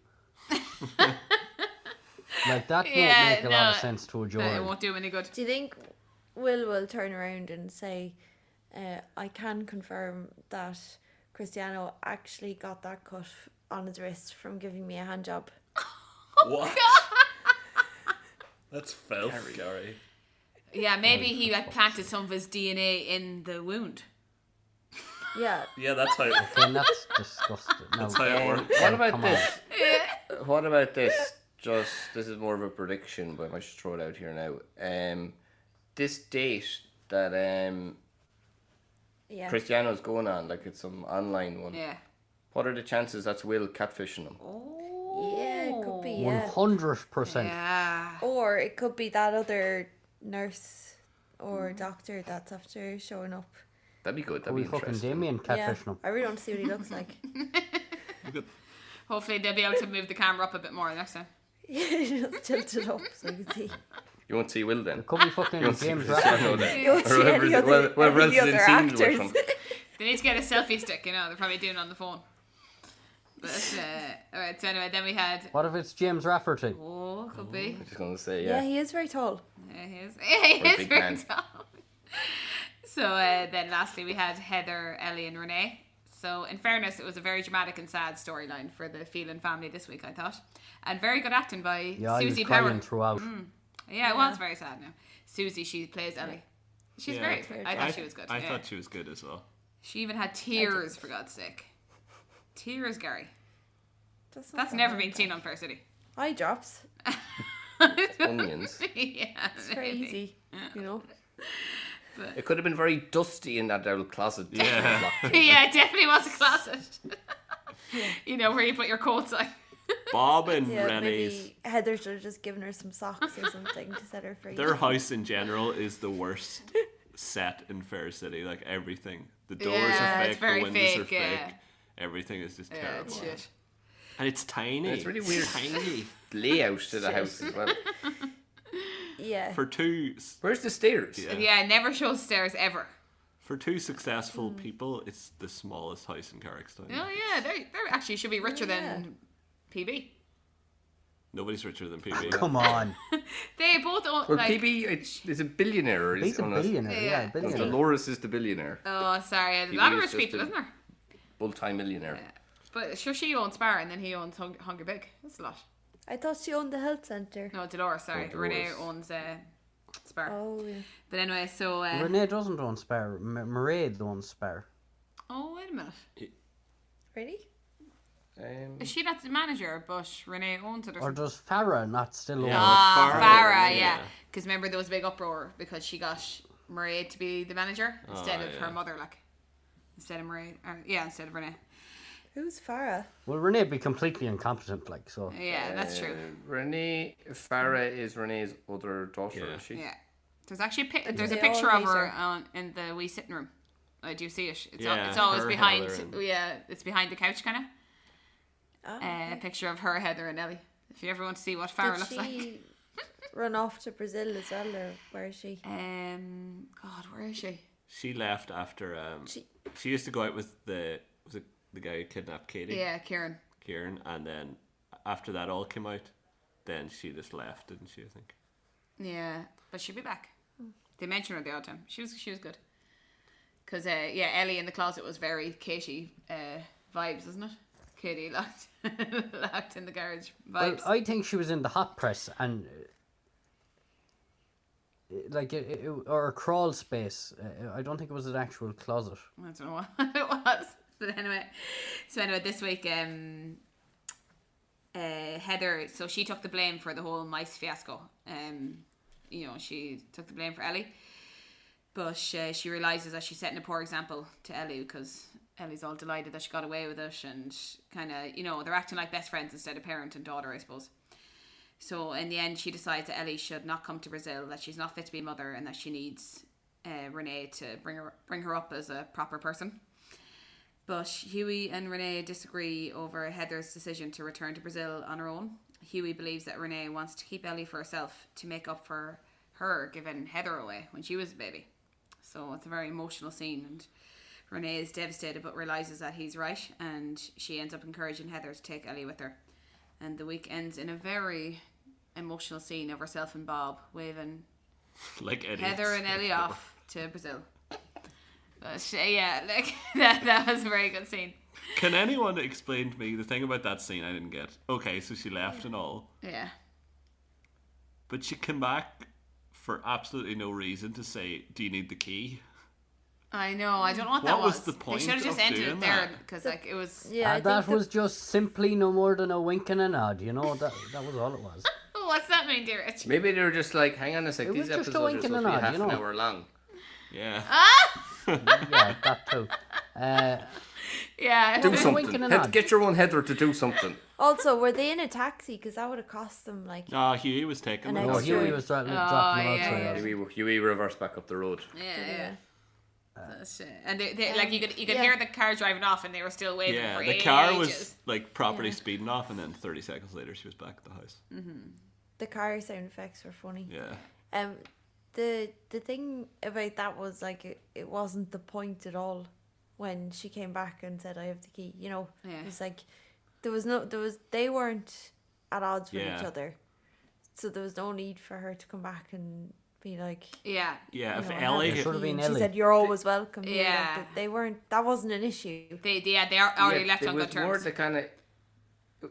like that won't
Yeah,
make a lot of
no,
sense to a
Uh,
jury.
it
[LAUGHS]
won't do him any good.
Do you think Will will turn around and say, uh, "I can confirm that Cristiano actually got that cut on his wrist from giving me a hand job"? Oh
What? [LAUGHS] That's filth, Gary.
Yeah, maybe he like planted some of his DNA in the wound.
Yeah,
Yeah, that's how.
and that's disgusting. No,
That's how it
Um,
works.
what about
come on.
this? What about this? Just this is more of a prediction, but I might just throw it out here now. Um, this date that um
yeah.
Cristiano's going on, like it's some online one.
Yeah.
What are the chances that's Will catfishing him?
Oh.
Yeah, it could be.
one
Yeah.
hundred percent.
Yeah.
Or it could be that other nurse or doctor that's after showing up.
That'd be good. That'd
We
be
fucking
interesting.
Damien
Yeah,
catfishing him.
I really want to see what he
[LAUGHS]
looks like. [LAUGHS]
Hopefully they'll be able to move the camera up a bit more next time.
Just tilted up so you can
[LAUGHS]
see.
You won't see Will then.
It could be fucking
[LAUGHS] You won't see
James
Cristiano
Ratcliffe.
then.
You won't
Or
see
whoever's-
any other,
well, whoever
any
else is
other
in scene with
actors.
him.
They need to get a selfie stick, you know, they're probably doing it on the phone. But, uh, all right. So anyway, then we had.
What if it's James Rafferty?
Oh, could be.
I'm just gonna say
Yeah,
yeah.
he is very tall.
Yeah, he is. [LAUGHS] he
Or a
is
big
very
man.
tall. So uh, then lastly, we had Heather, Ellie, and Renee. So, in fairness, it was a very dramatic and sad storyline for the Phelan family this week, I thought. And very good acting by
Yeah, he
Susie
was crying
Power.
throughout.
Yeah, it was very sad now. Susie, she plays Ellie. She's
Yeah.
very,
Very
I
good.
thought she was good.
I
yeah.
thought she was good as well.
She even had tears, for God's sake. Tears, Gary.
That's, not
That's
bad.
never been seen on Fair City. [LAUGHS]
Eye drops.
Onions.
yeah,
It's very
maybe.
easy, you know.
It could have been very dusty in that old closet.
Yeah.
yeah, it definitely was a closet. [LAUGHS] you know, where you put your coats on.
Bob and
Yeah,
Renee's.
maybe Heather should have just given her some socks or something to set her free.
Their house in general is the worst set in Fair City. Like everything, the doors
Yeah,
are
it's
fake,
very
the windows are
fake,
fake.
yeah.
Everything is just
Yeah,
terrible,
it's shit.
and it's tiny.
It's really weird.
Tiny
[LAUGHS]
[LAUGHS]
Layout to the house as well.
yeah.
for two s-
Where's the stairs?
Yeah.
And Yeah, it never shows stairs ever.
for two successful people. It's the smallest house in Carrickstown.
Oh Hmm. yeah, Oh, they they actually should be richer than PB.
Nobody's richer than PB.
Come on.
They both own
Well,
like.
PB it's- is a billionaire. Is
He's a billionaire. Yeah,
Yeah.
Well,
billionaire.
Dolores is the billionaire,
Oh, sorry, there's a lot of
PB is
rich
just
people,
a-
isn't there?
multi-millionaire.
But sure, she owns Bar, and then he owns Hung- Hungry Big. That's a lot.
I thought she owned the health centre.
No, Dolores. Sorry,
Oh,
Renee
Dolores.
owns uh, Spar.
Oh, yeah.
But anyway, so uh,
Renee doesn't own Spar. M- Mairead the one Spar.
oh wait a minute,
Ready?
Um,
is she not the manager? But Renee owns it or
Or
something.
does Farah not still own
Yeah.
it?
Ah,
Farah,
Farah,
yeah.
yeah. Because remember there was a big uproar because she got Maria to be the manager instead
Ah,
of
yeah.
her mother, like instead of Maria, or, yeah, instead of Renee.
Who's Farah?
Well, Renee would be completely incompetent, like, so.
Yeah, that's true.
Uh, Renee Farah
Mm.
is Renee's other daughter.
Yeah.
Is she?
Yeah, there's actually a pic- there's a
They all
picture of
hate
her
her.
on, in the wee sitting room. Uh, do you see it? It's, al-
Yeah,
it's always
her,
behind.
Heather, and-
Yeah, it's behind the couch, kind of.
Ah,
Uh, a picture of her, Heather, and Ellie. If you ever want to see what Farah
Did
looks
she
like.
[LAUGHS] run off to Brazil as well, or where is she?
Um, God, where is she?
She left after um, she,
She-
used to go out with the was it the guy who kidnapped Katie,
Yeah, Kieran.
Kieran, and then after that all came out, then she just left, didn't she? I think. [LAUGHS]
Yeah, but she'll be back.
Hmm.
They mentioned her the odd time. She was she was good. Cause uh, yeah, Ellie in the closet was very Katie uh, vibes, isn't it? Katie locked [LAUGHS] locked in the garage
Well,
vibes.
I think she was in the hot press and uh, like it, it, or a crawl space. Uh, I don't think it was an actual closet.
I don't know what [LAUGHS] it was. But anyway, so anyway, this week, um, uh, Heather, so she took the blame for the whole mice fiasco. Um, you know, she took the blame for Ellie, but uh, she realizes that she's setting a poor example to Ellie because Ellie's all delighted that she got away with it, and kind of, you know, they're acting like best friends instead of parent and daughter, I suppose. So in the end, she decides that Ellie should not come to Brazil, that she's not fit to be a mother, and that she needs uh, Renee to bring her bring her up as a proper person. But Huey and Renee disagree over Heather's decision to return to Brazil on her own. Huey believes that Renee wants to keep Ellie for herself to make up for her giving Heather away when she was a baby. So it's a very emotional scene, and Renee is devastated but realizes that he's right, and she ends up encouraging Heather to take Ellie with her. And the week ends in a very emotional scene of herself and Bob waving
Like idiots.
Heather and Ellie off to Brazil. But, uh, yeah, [LAUGHS] like that, that was a very good scene.
Can anyone explain to me the thing about that scene I didn't get? Okay, so she left and all,
Yeah.
but she came back for absolutely no reason to say, "Do you need the key?"
I know. I don't know what, that
What was the
They
point
should have just
of
ended
doing
it there
that?
because like it Ah, was.
Yeah, I
and Uh, that
think
was just simply no more than a wink and a nod. You know that that was all it was.
Oh, what's that mean, dear Rich?
Maybe they were just like, hang on a sec.
It
These
was just a
episodes are
wink
supposed
and a
to be
nod,
half
you know.
an hour long.
Yeah,
yeah, that too. Uh,
Yeah. [LAUGHS]
Do
wink
something.
and a
Head,
nod.
get your own Heather to
[LAUGHS]
do something.
the- also, were they in a taxi? Because that would have cost them like.
no, Huey was taken. with
And I
no,
her.
was-
Huey was dro- dropping
yeah,
out
yeah.
yeah,
Huey, Huey reverse back up the road.
Yeah, yeah. That's it. And they, they,
Um,
like you could you could
yeah.
hear the car driving off, and they were still waving
Yeah,
for
the car was
ages.
like properly speeding off, and then thirty seconds later, she was back at the house.
The car sound effects were funny.
Yeah,
Um, the the thing about that was like it, it wasn't the point at all when she came back and said I have the key. You know,
Yeah.
it was like there was no there was they weren't at odds with each
Yeah.
other, so there was no need for her to come back and be like.
Yeah.
Yeah,
you
if
know, I
Ellie,
have a
It should have
key,"
been
and She
Ellie.
said, "You're always welcome." here," like,
Yeah.
that they weren't. That wasn't an issue.
They, they, yeah, they are already left
it
on
was
good
more
terms.
the kind of.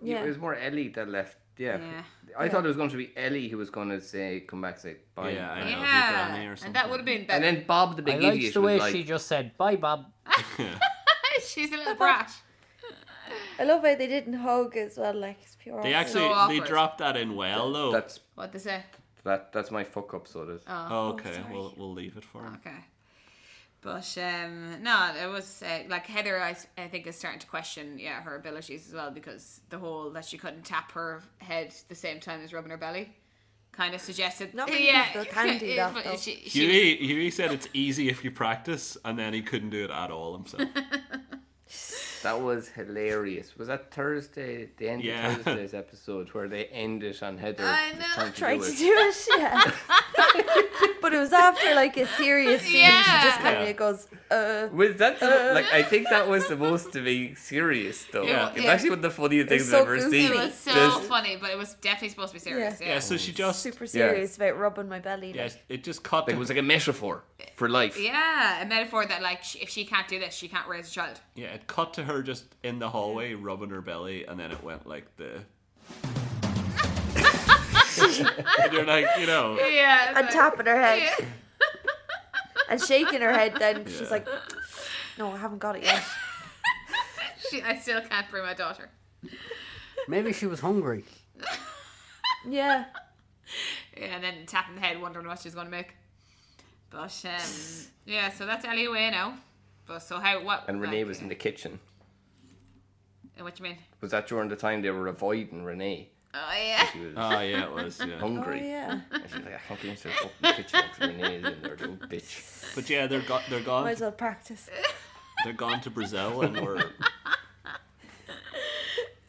Yeah.
It was more Ellie that left. Yeah.
Yeah.
I thought it was going to be Ellie who was going to say, "Come back, say bye."
Yeah, I know.
and,
Yeah. Grammy or
yeah. And that
something.
would have been better.
and then Bob, the big
I
idiot,
liked the way
was like,
she just said, "Bye, Bob."
[LAUGHS] She's a little brat.
I love how they didn't hug as well. Like it's pure.
they
awkward.
actually they
awkward.
dropped that in well though.
"That's
What they say.
that. That's my fuck up." So it is.
oh, okay, we'll we'll leave it for him.
Okay. But um, no, it was uh, like Heather. I, s- I think is starting to question yeah her abilities as well because the whole that she couldn't tap her head the same time as rubbing her belly, kind of suggested. [LAUGHS]
Not many
yeah,
people can do that, though.
She, she was-
Huey Huey said it's easy if you practice, and then he couldn't do it at all himself.
That was hilarious. Was that Thursday? The end
Yeah.
of Thursday's episode where they end it on Heather
I know.
trying to
tried
do
to
it.
do it. [LAUGHS] Yeah. but it was after like a serious scene.
Yeah.
She just kind of
Yeah.
goes, uh.
Was that the- like I think that was supposed to be serious though.
Yeah.
It's
Yeah.
actually one of the funniest
It's
things
so
I've ever
goofy.
seen.
it was so
This-
funny, but it was definitely supposed to be serious. Yeah.
yeah, so she just
Super serious about rubbing my belly.
yeah,
Like,
it just cut.
like, it was like a metaphor for life.
Yeah, a metaphor that like sh if she can't do this, she can't raise a child.
Yeah, it cut to her just in the hallway rubbing her belly, and then it went like [LAUGHS] the. and you're like, you know,
[LAUGHS] Yeah,
and tapping her head [LAUGHS] and shaking her head. Then she's like, "No, I haven't got it [LAUGHS] yet."
she, I still can't bring my daughter.
Maybe she was hungry.
Yeah.
Yeah, and then tapping the head, wondering what she's going to make. But um, yeah, so that's Ellie away now. But so how what?
And Renee
like,
was
uh,
in the kitchen.
What you mean?
Was that during the time they were avoiding Renee?
Oh
[LAUGHS]
yeah.
She was
oh yeah, it was. Yeah.
Oh
hungry.
yeah.
And she's like, I can't get into the fucking kitchen because Renee is in there, little bitch. [LAUGHS]
But yeah, they're go- they're
Might
gone.
as well practice.
They're gone to Brazil, and [LAUGHS] we're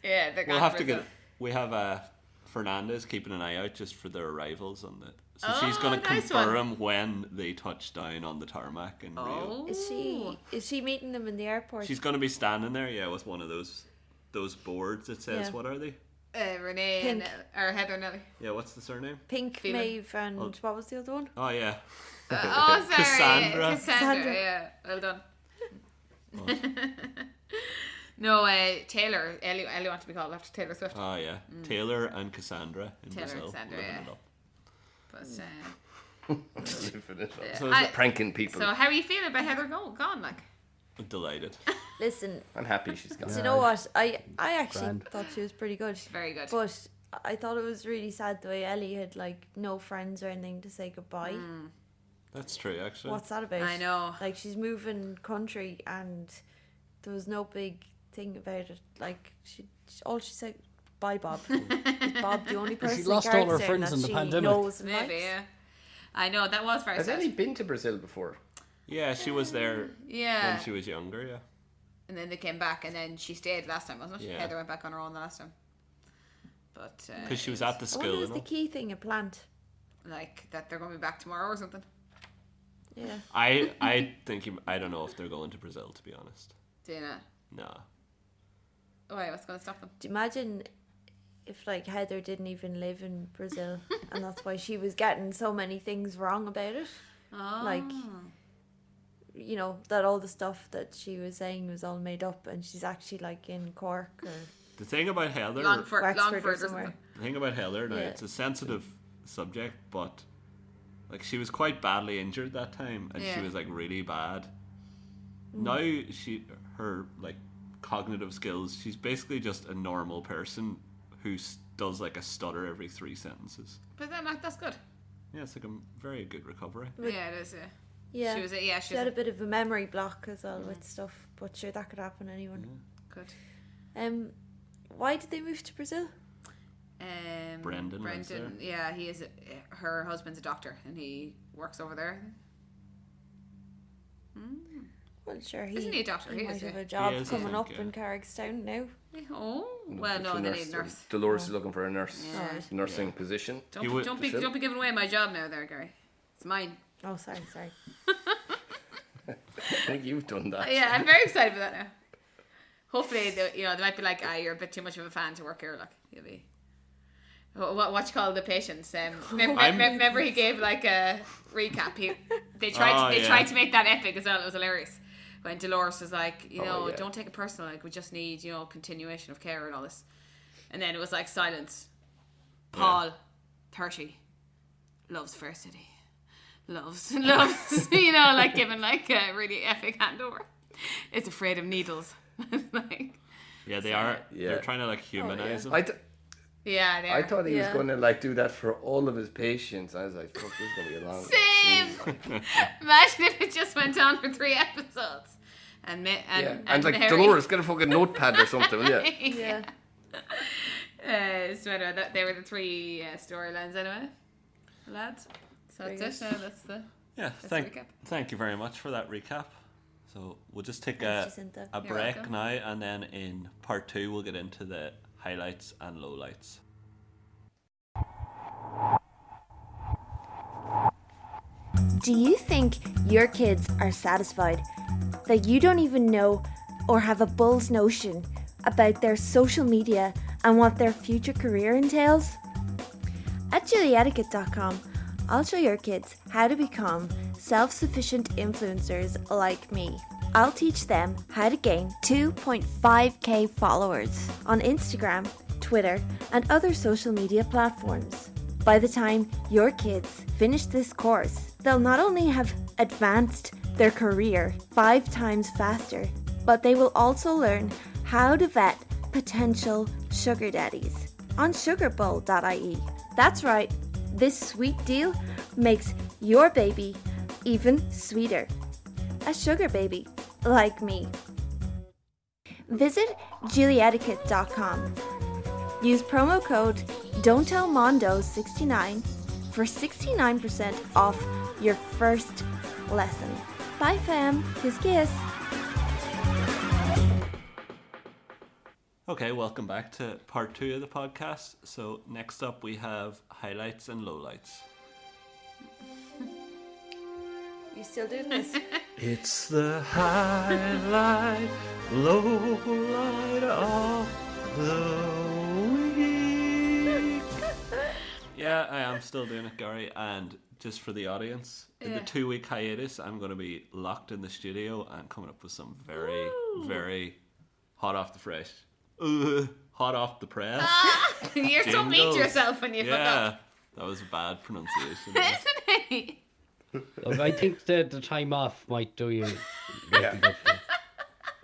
Yeah, they're
we'll
gone
have
for
to
a
get.
bit.
We have uh, Fernandez keeping an eye out just for their arrivals on the. So she's
Oh,
gonna
nice one.
confirm when they touch down on the tarmac in Rio.
Oh.
Is she is she meeting them in the airport?
She's gonna be standing there, yeah, with one of those those boards that says
Yeah.
what are they?
Uh, Renee and
Pink.
or Heather and
[LAUGHS]
Ellie.
Yeah, what's the surname?
Pink,
Phelan.
Maeve, and
Oh.
what was the other one?
Oh yeah,
Uh, oh, sorry,
Cassandra.
Cassandra. Cassandra.
Cassandra.
Yeah, well done.
Oh.
[LAUGHS] no, uh, Taylor. Ellie, Ellie wants to be called after Taylor Swift.
oh yeah. Taylor and Cassandra in
Mm. Taylor and
Brazil.
Cassandra,
living
yeah.
it up.
But, uh,
So
I,
Pranking people.
so how are you feeling about Heather go- gone? Like,
I'm delighted.
[LAUGHS]
Listen,
I'm happy she's gone.
do you know what? I I actually
Grand.
thought she was pretty good.
very good.
But I thought it was really sad the way Ellie had like no friends or anything to say goodbye.
That's true, actually.
What's that about?
Mm. I know.
Like she's moving country and there was no big thing about it. Like she, she all she said bye
[LAUGHS]
Bob. Is Bob the only person
lost
in
all her
Carrickstown
friends
that
in the
she
pandemic.
knows and
Maybe,
likes?
yeah. I know that was very
Has
sad.
Ellie been to Brazil before?
Yeah, she was there
Yeah.
when she was younger. Yeah.
And then they came back, and then she stayed last time, wasn't it?
Yeah.
Heather went back on her own the last time. But uh,
Because she was at the
I wonder
school.
was
And
the
all.
key thing a plant.
like that they're going to be back tomorrow or something.
Yeah.
I I think he, I don't know if they're going to Brazil to be honest.
Do you know?
No.
Why? What's going to stop them?
Do you imagine if like Heather didn't even live in Brazil and that's why she was getting so many things wrong about it?
Oh.
Like you know, that all the stuff that she was saying was all made up and she's actually like in Cork or
The thing about Heather,
Longford,
Wexford
Longford
or
or something.
somewhere.
the thing about Heather, now
Yeah.
it's a sensitive subject, but like she was quite badly injured that time, and she
Yeah.
was like really bad. Now she her like cognitive skills, she's basically just a normal person who s- does like a stutter every three sentences.
But then, like, that's good.
Yeah, it's like a m- very good recovery.
But-
yeah, it is. Yeah.
Yeah.
She was. Mm. a- Yeah, she
She
was
had a
a,
bit of a memory block as well with stuff, but sure that could happen to anyone.
good.
Mm.
Um, why did they move to Brazil?
Um,
Brendan lives
Brendan. Yeah, he is. A, her husband's a doctor, and he works over there.
Well, sure, he,
Isn't he a doctor?
He,
He
might
is,
have
yeah.
a job
He is, I
coming
think,
up
yeah.
in Carrickstown now.
Oh well, no,
It's
they need a nurse.
Dolores is looking for a nurse.
Yeah.
Nursing position. [LAUGHS]
Don't,
You
be-
would-
don't be
Phil?
don't be giving away my job now, there, Gary. It's mine.
Oh, sorry, sorry.
I think you've done that.
Yeah, I'm very excited for that now. Hopefully, they, you know, they might be like, ah, you're a bit too much of a fan to work here. Like, you'll be. What, what you call the patients? [LAUGHS] Um, remember,
I'm-
remember, he gave like a recap. He,
[LAUGHS]
they tried,
Oh,
they
yeah.
tried to make that epic as well. It was hilarious when Dolores was like, you
Oh,
know,
yeah.
don't take it personal. Like, we just need, you know, continuation of care and all this. And then it was like silence. Paul, thirty, loves Fair City, loves [LAUGHS] loves you know like giving like a really epic handover. It's afraid of needles. [LAUGHS] like
Yeah, they are.
Yeah.
They're trying to like humanize him.
I, th-
yeah, they
I
are.
thought he
Yeah.
was going to like do that for all of his patients. I was like, fuck, this is going to be a long
Same. [LAUGHS] Imagine if it just went on for three episodes. And Ma- and,
Yeah.
and,
And like,
Mary.
Dolores, get a fucking notepad or something, will
[LAUGHS]
you?
Yeah.
Uh, so anyway, that, they were the three uh, storylines anyway, lads. So
Very
that's it.
good.
Now that's the. [LAUGHS]
Yeah,
a
thank
recap.
thank you very much for that recap. So we'll just take a,
Thanks, Jacinta.
a
You're
break
welcome.
now, and then in part two we'll get into the highlights and lowlights.
Do you think your kids are satisfied that you don't even know or have a bull's notion about their social media and what their future career entails? At JuliEtiquette.com, I'll show your kids how to become self sufficient influencers like me. I'll teach them how to gain 2.5k followers on Instagram, Twitter, and other social media platforms. By the time your kids finish this course, they'll not only have advanced their career five times faster, but they will also learn how to vet potential sugar daddies on sugarbowl.ie. That's right, this sweet deal makes your baby even sweeter. A sugar baby like me. Visit julietiquette.com. Use promo code Don't Tell Mondo 69 for 69% off your first lesson. Bye, fam. Kiss, kiss.
Okay, welcome back to part two of the podcast. So next up we have highlights and lowlights.
You still doing [LAUGHS] this?
It's the highlight, low light of the week. yeah, I am still doing it, Gary. And just for the audience, in the
Yeah.
two week hiatus, I'm going to be locked in the studio and coming up with some very, very hot off the
[LAUGHS]
fresh, uh, hot off the press.
You're so mean
Jingles.
to yourself when Ah, you
yeah, that was bad
[LAUGHS]
pronunciation.
fuck up, isn't it?
Look, I think that the time off might do you.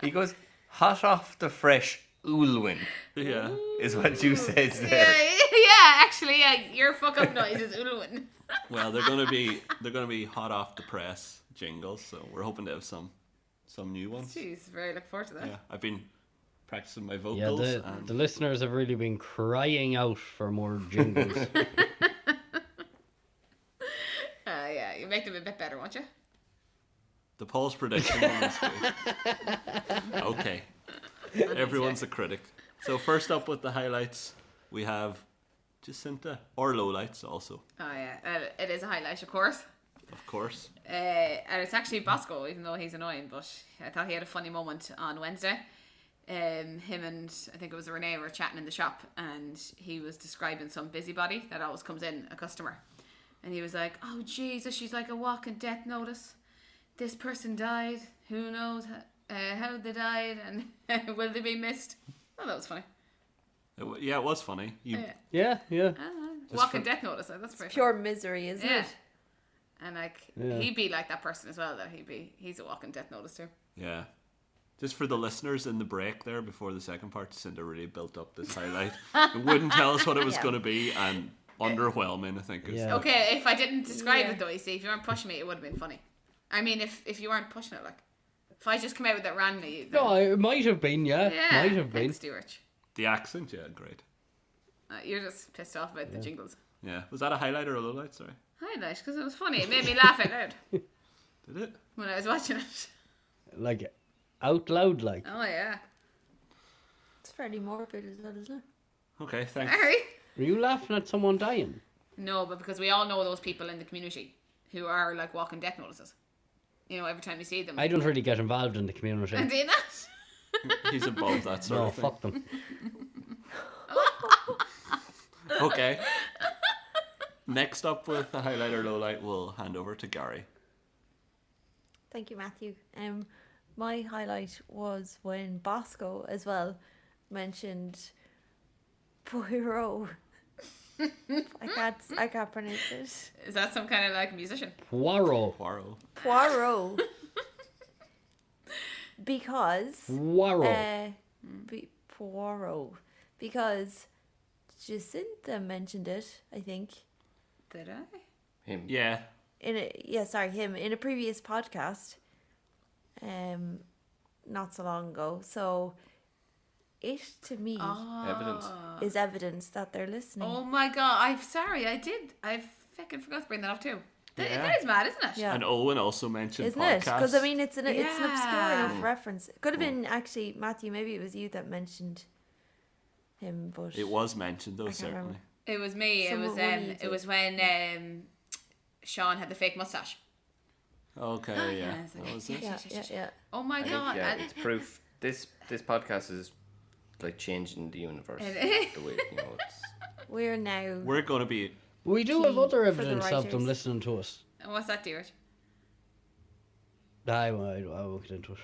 He goes, hot off the fresh Ulwin,
yeah.
is what you says there.
Yeah, [LAUGHS] yeah, actually, yeah, your fuck up noise is Ulwin.
Well, they're gonna be they're gonna be hot off the press jingles, so we're hoping to have some some new ones.
[LAUGHS] Jeez, very look forward to that.
Yeah, I've been practicing my
Yeah,
vocals.
the,
and
the listeners have really been crying out for more jingles.
Uh, yeah, you make them a bit better, won't you?
the Paul's prediction. was good. okay, everyone's a critic. So first up with the highlights, we have Jacinta or lowlights also,
Oh yeah, uh, it is a highlight, of course.
of course.
Uh, and it's actually Bosco, even though he's annoying. But I thought he had a funny moment on Wednesday. Um, him and I think it was Renee were chatting in the shop, and he was describing some busybody that always comes in a customer, and he was like, "Oh Jesus, she's like a walking death notice. This person died. Who knows uh, how they died, and [LAUGHS] will they be missed?" Oh, that was funny.
It wa- yeah, it was funny. You,
Yeah.
yeah, yeah.
walking
for-
death notice. Like, that's pretty. funny.
Pure misery, isn't
Yeah.
it?
And like
Yeah.
he'd be like that person as well. Though he'd be he's a walking death notice too.
yeah. Just for the listeners in the break there before the second part, Jacinta really built up this highlight. it wouldn't tell us what it was
[LAUGHS] Yeah.
going to be, and underwhelming, I think. Is
Yeah.
Okay, if I didn't describe
Yeah.
it though, you see, if you weren't pushing me, it would have been funny. I mean, if if you weren't pushing it, like if I just came out with that randomly, then,
No, I- it might have been, yeah.
yeah,
Might have been.
thanks, Stuart.
The accent, yeah, great.
Uh, you're just pissed off about the jingles.
Yeah. Was that a highlight or a lowlight? Sorry.
Highlight because it was funny. It made me laugh out loud
Did it?
when I was watching it. [LAUGHS]
Like, out loud, like.
Oh yeah,
It's fairly morbid as well, isn't it?
Okay, thanks.
sorry.
Were you laughing at someone dying?
No, but because we all know those people in the community who are like walking death notices. You know, every time you see them, [LAUGHS]
I don't really get involved in the community.
and doing that.
[LAUGHS] He's above that sort
No,
of thing.
fuck them.
Okay. Next up with the highlighter low light, we'll hand over to Gary.
Thank you, Matthew. Um, my highlight was when Bosco as well mentioned Poirot. I can't. I can't pronounce it.
Is that some kind of like musician?
Poirot.
Poirot.
Poirot. because
Poirot.
uh, be, Poirot. Because Jacinta mentioned it. I think
Did I?
Him.
Yeah.
in a yeah sorry him in a previous podcast um not so long ago so it to me
Evidence.
is evidence that they're listening
Oh my god! I'm sorry. I did. I fucking forgot to bring that up too. That,
Yeah.
that is mad, isn't it?
Yeah.
And Owen also mentioned
isn't it
podcasts.
because i mean it's an it's an obscure
Yeah.
enough reference could have been actually matthew maybe it was you that mentioned him but
it was mentioned though,
can't
certainly.
remember.
It was me.
Someone-
it was
one of you
um. It
did.
was when um. Sean had the fake mustache.
Oh,
Okay, Oh, yeah.
it's
That was it.
yeah yeah yeah
Oh my
I think,
god!
yeah,
and-
it's proof. This this podcast is like changing the universe.
It
the way you know it's.
we're now
We're going to be.
We do have
Key for
other
the
evidence of them
writers.
listening to us.
and what's that, dear?
I, I, I won't get into it.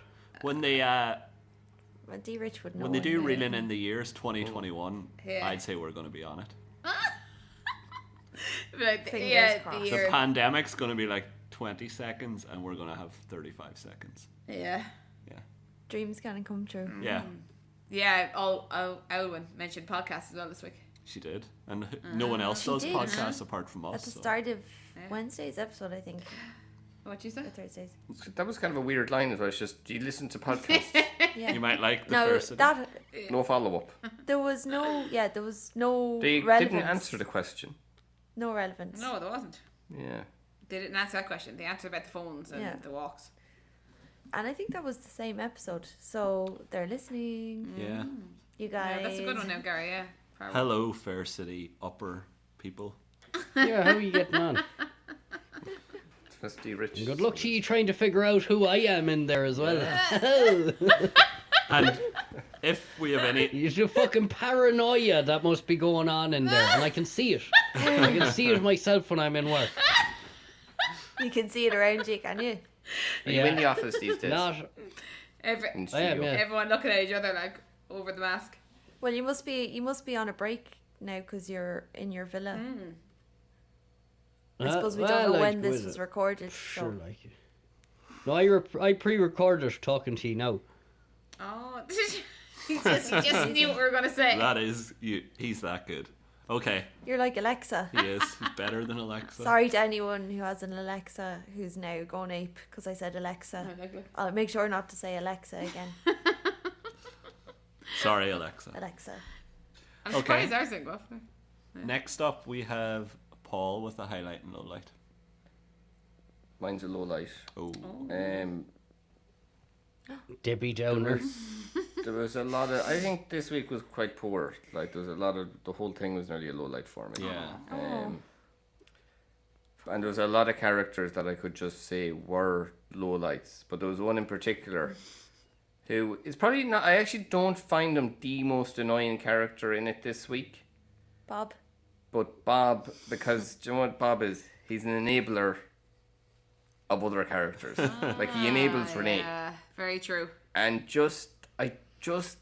When they uh,
well, d rich would know
when they do
one day.
reeling in the years 2021,
Yeah.
I'd say we're going to be on it.
Like, the-
Fingers
yeah, the
crossed.
The
year.
pandemic's going to be like 20 seconds, and we're going to have 35 seconds.
yeah.
dreams can come true
Yeah,
Yeah, oh, oh, Elwin mentioned podcasts as well this week.
she did, and h- no one else does
Ah. did,
podcasts apart from us.
at the
so-
start of
Yeah.
wednesday's episode i think
What you
or
said?
thursday's
That was kind of a weird line as well. It's just do you listen to podcasts?
[LAUGHS]
yeah
you
[LAUGHS]
might like the
no
first.
that
no follow up.
There was no, yeah, there was no
They
relevance.
didn't answer the question.
No relevance.
No, there wasn't.
Yeah.
They didn't answer that question. They answered about the phones and
Yeah.
the walks.
And I think that was the same episode. So they're listening,
yeah.
you guys.
Yeah, that's a good one now, Gary. Yeah. Probably.
Hello, Fair City upper people.
Yeah, how are you getting [LAUGHS] on?
That's D Rich.
Good luck to you trying to figure out who I am in there as well. [LAUGHS]
And if we have
[LAUGHS]
any,
It's your fucking paranoia that must be going on in there, and I can see it. I can see it myself when I'm in work.
[LAUGHS] You can see it around you, can you?
Are you in the
Yeah.
office
[LAUGHS]
these days?
Not,
Every,
In
I am,
studio?
yeah.
everyone looking at each other like over the mask.
Well, you must be, you must be on a break now because you're in your villa.
Mm.
Uh,
uh,
I suppose we don't know when this was recorded.
Sure,
So.
like it. No, I, rep- I pre-recorded talking to you now.
Oh, [LAUGHS] he just, he just knew what we were going to say.
that is you, he's that good. Okay,
You're like Alexa.
he is.
[LAUGHS]
He's better than Alexa.
Sorry to anyone who has an Alexa who's now gone ape because I said Alexa.
Like, look.
I'll make sure not to say Alexa again.
[LAUGHS]
Sorry, Alexa.
[LAUGHS] Alexa.
I'm
Okay.
surprised ours didn't go off.
Next up, we have Paul with a highlight and low light.
Mine's a low light.
Oh,
Um,
[LAUGHS]
Debbie Downer.
there was a lot of. I think this week was quite poor. Like there was a lot of. The whole thing was nearly a low light for me.
yeah.
Um, and there was a lot of characters that I could just say were low lights, but there was one in particular who is probably not. I actually don't find him the most annoying character in it this week,
Bob.
but Bob, because do you know what Bob is? He's an enabler of other characters. like he enables Renee,
Yeah, very true.
and just I just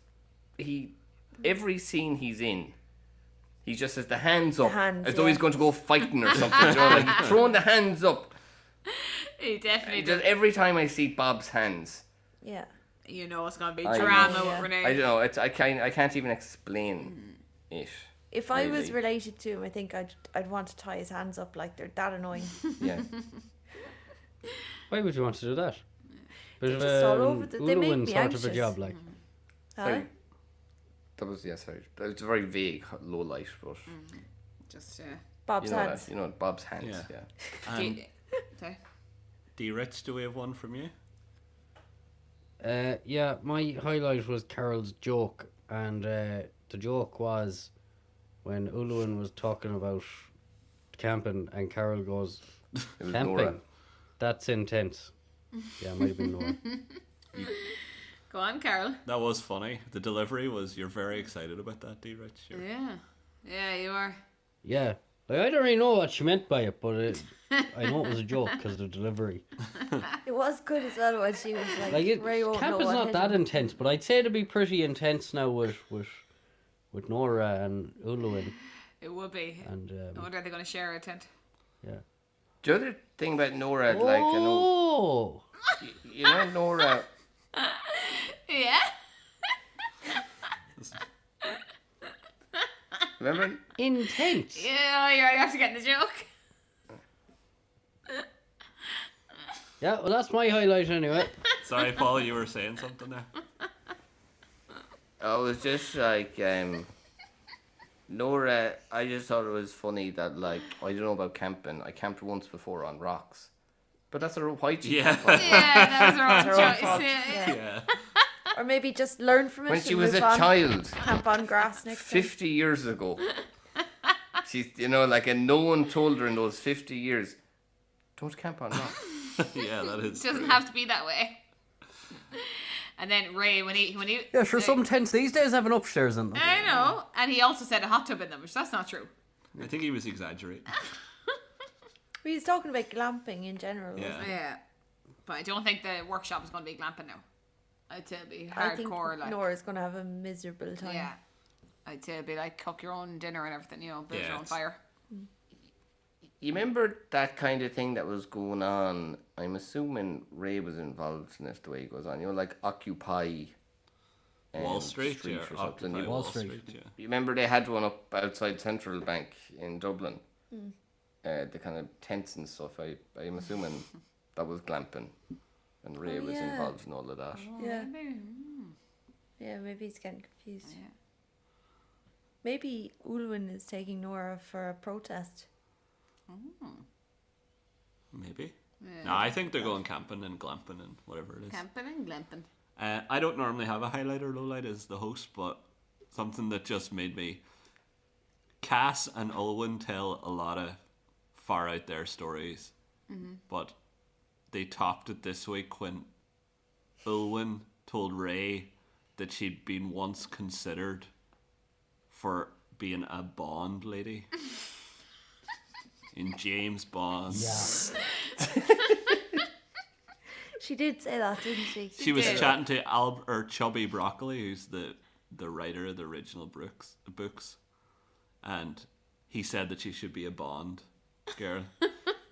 he every scene he's in. He just says the hands up,
hands,
as though
yeah.
he's going to go fighting or something. you know, like
[LAUGHS]
he's throwing the hands up.
He definitely does.
Just every time I see Bob's hands,
Yeah.
You know it's going to be
I know.
drama
Yeah.
with Renee.
I don't know. It's, I can't. I can't even explain it.
If I was
Really?
related to him, I think I'd I'd want to tie his hands up like they're
[LAUGHS]
that annoying. [LAUGHS]
Yeah.
Why would you want to do that? Bit of
just all
um,
over the- they make
Ulewin
me
sort of a
anxious.
job, like.
Huh?
That was yeah. Sorry. That was a very vague low light, but
Just, uh,
Bob's
you know
hands.
that. You know Bob's hands.
Yeah.
Yeah. Um,
And
sorry.
D. Rich, do we have one from you?
Uh, yeah, my highlight was Carol's joke, and uh, the joke was when Ulwin was talking about camping, and Carol goes,
It was
"Camping,
Nora.
that's intense." Yeah, it might have been Nora.
Go on, Carol.
That was funny. The delivery was you're very excited about that, D Rich. You're-
Yeah. Yeah, you are.
[LAUGHS] Yeah. Like, I don't really know what she meant by it, but it, I know it was a joke because the delivery.
It was good as well when she was like,
Like it,
Ray won't know
camp
oh,
is
what
not
hit
that
him.
intense, but I'd say to be pretty intense now with with with Nora and Uluin
It would be.
Uh,
and
I
um,
wonder are they going to share a tent?
The other thing about Nora, like I know,
oh,
y- you know Nora.
Yeah.
Remember,
intense.
Yeah, oh, you're have to get the joke.
Yeah, well, that's my highlight anyway.
Sorry, Paul, you were saying something [LAUGHS] there.
I was just like um, Nora. I just thought it was funny that like I don't know about camping. I camped once before on rocks, but that's her white. she
Yeah.
camped on.
[LAUGHS] Yeah, that was the wrong
That's
choice.
wrong
Yeah, yeah.
[LAUGHS] Yeah.
Or maybe just learn from it.
When she
and
was a
move on.
[LAUGHS] child,
Camp on grass
[LAUGHS]
next time.
fifty years ago. She's you know like and no one told her in those fifty years, don't camp on rocks.
Yeah, that
It
is.
doesn't have to be that way. And then Ray, when he when he
Yeah, sure. Some tents these days have an upstairs in them.
I know, and he also said a hot tub in them, which that's not true.
I think he was [LAUGHS] exaggerating.
We was talking about glamping in general. wasn't
Yeah.
Yeah, but I don't think the workshop is going to be glamping now. I'd say it'd be
he? I think
hardcore, like
Nora's gonna have a miserable time.
yeah. I'd say it'd be like cook your own dinner and everything, you know, build
Yeah,
your own
it's-
fire.
You remember that kind of thing that was going on? I'm assuming Ray was involved in this the way it goes on. You know, like Occupy um,
Wall Street,
Street
yeah.
or something.
Occupy
You,
Wall
Wall Street.
Street, yeah.
you remember they had one up outside Central Bank in Dublin. Uh, the kind of tents and stuff. I, I'm assuming that was glamping. And Ray was
yeah. Oh.
involved in all of that.
Yeah. Yeah, maybe he's getting confused.
Yeah.
Maybe Ulwin is taking Nora for a protest.
Maybe. No, I think they're going camping and glamping and whatever it is.
Camping and glamping.
Uh, I don't normally have a highlight or lowlight as the host, but something that just made me. Cass and Ulwin tell a lot of far out there stories, but they topped it this week when Ulwin told Ray that she'd been once considered for being a Bond lady in James Bond.
She did say that,
[LAUGHS]
didn't she?
She was
did.
chatting to Al or Chubby Broccoli, who's the the writer of the original Brooks books, and he said that she should be a Bond
[LAUGHS]
girl,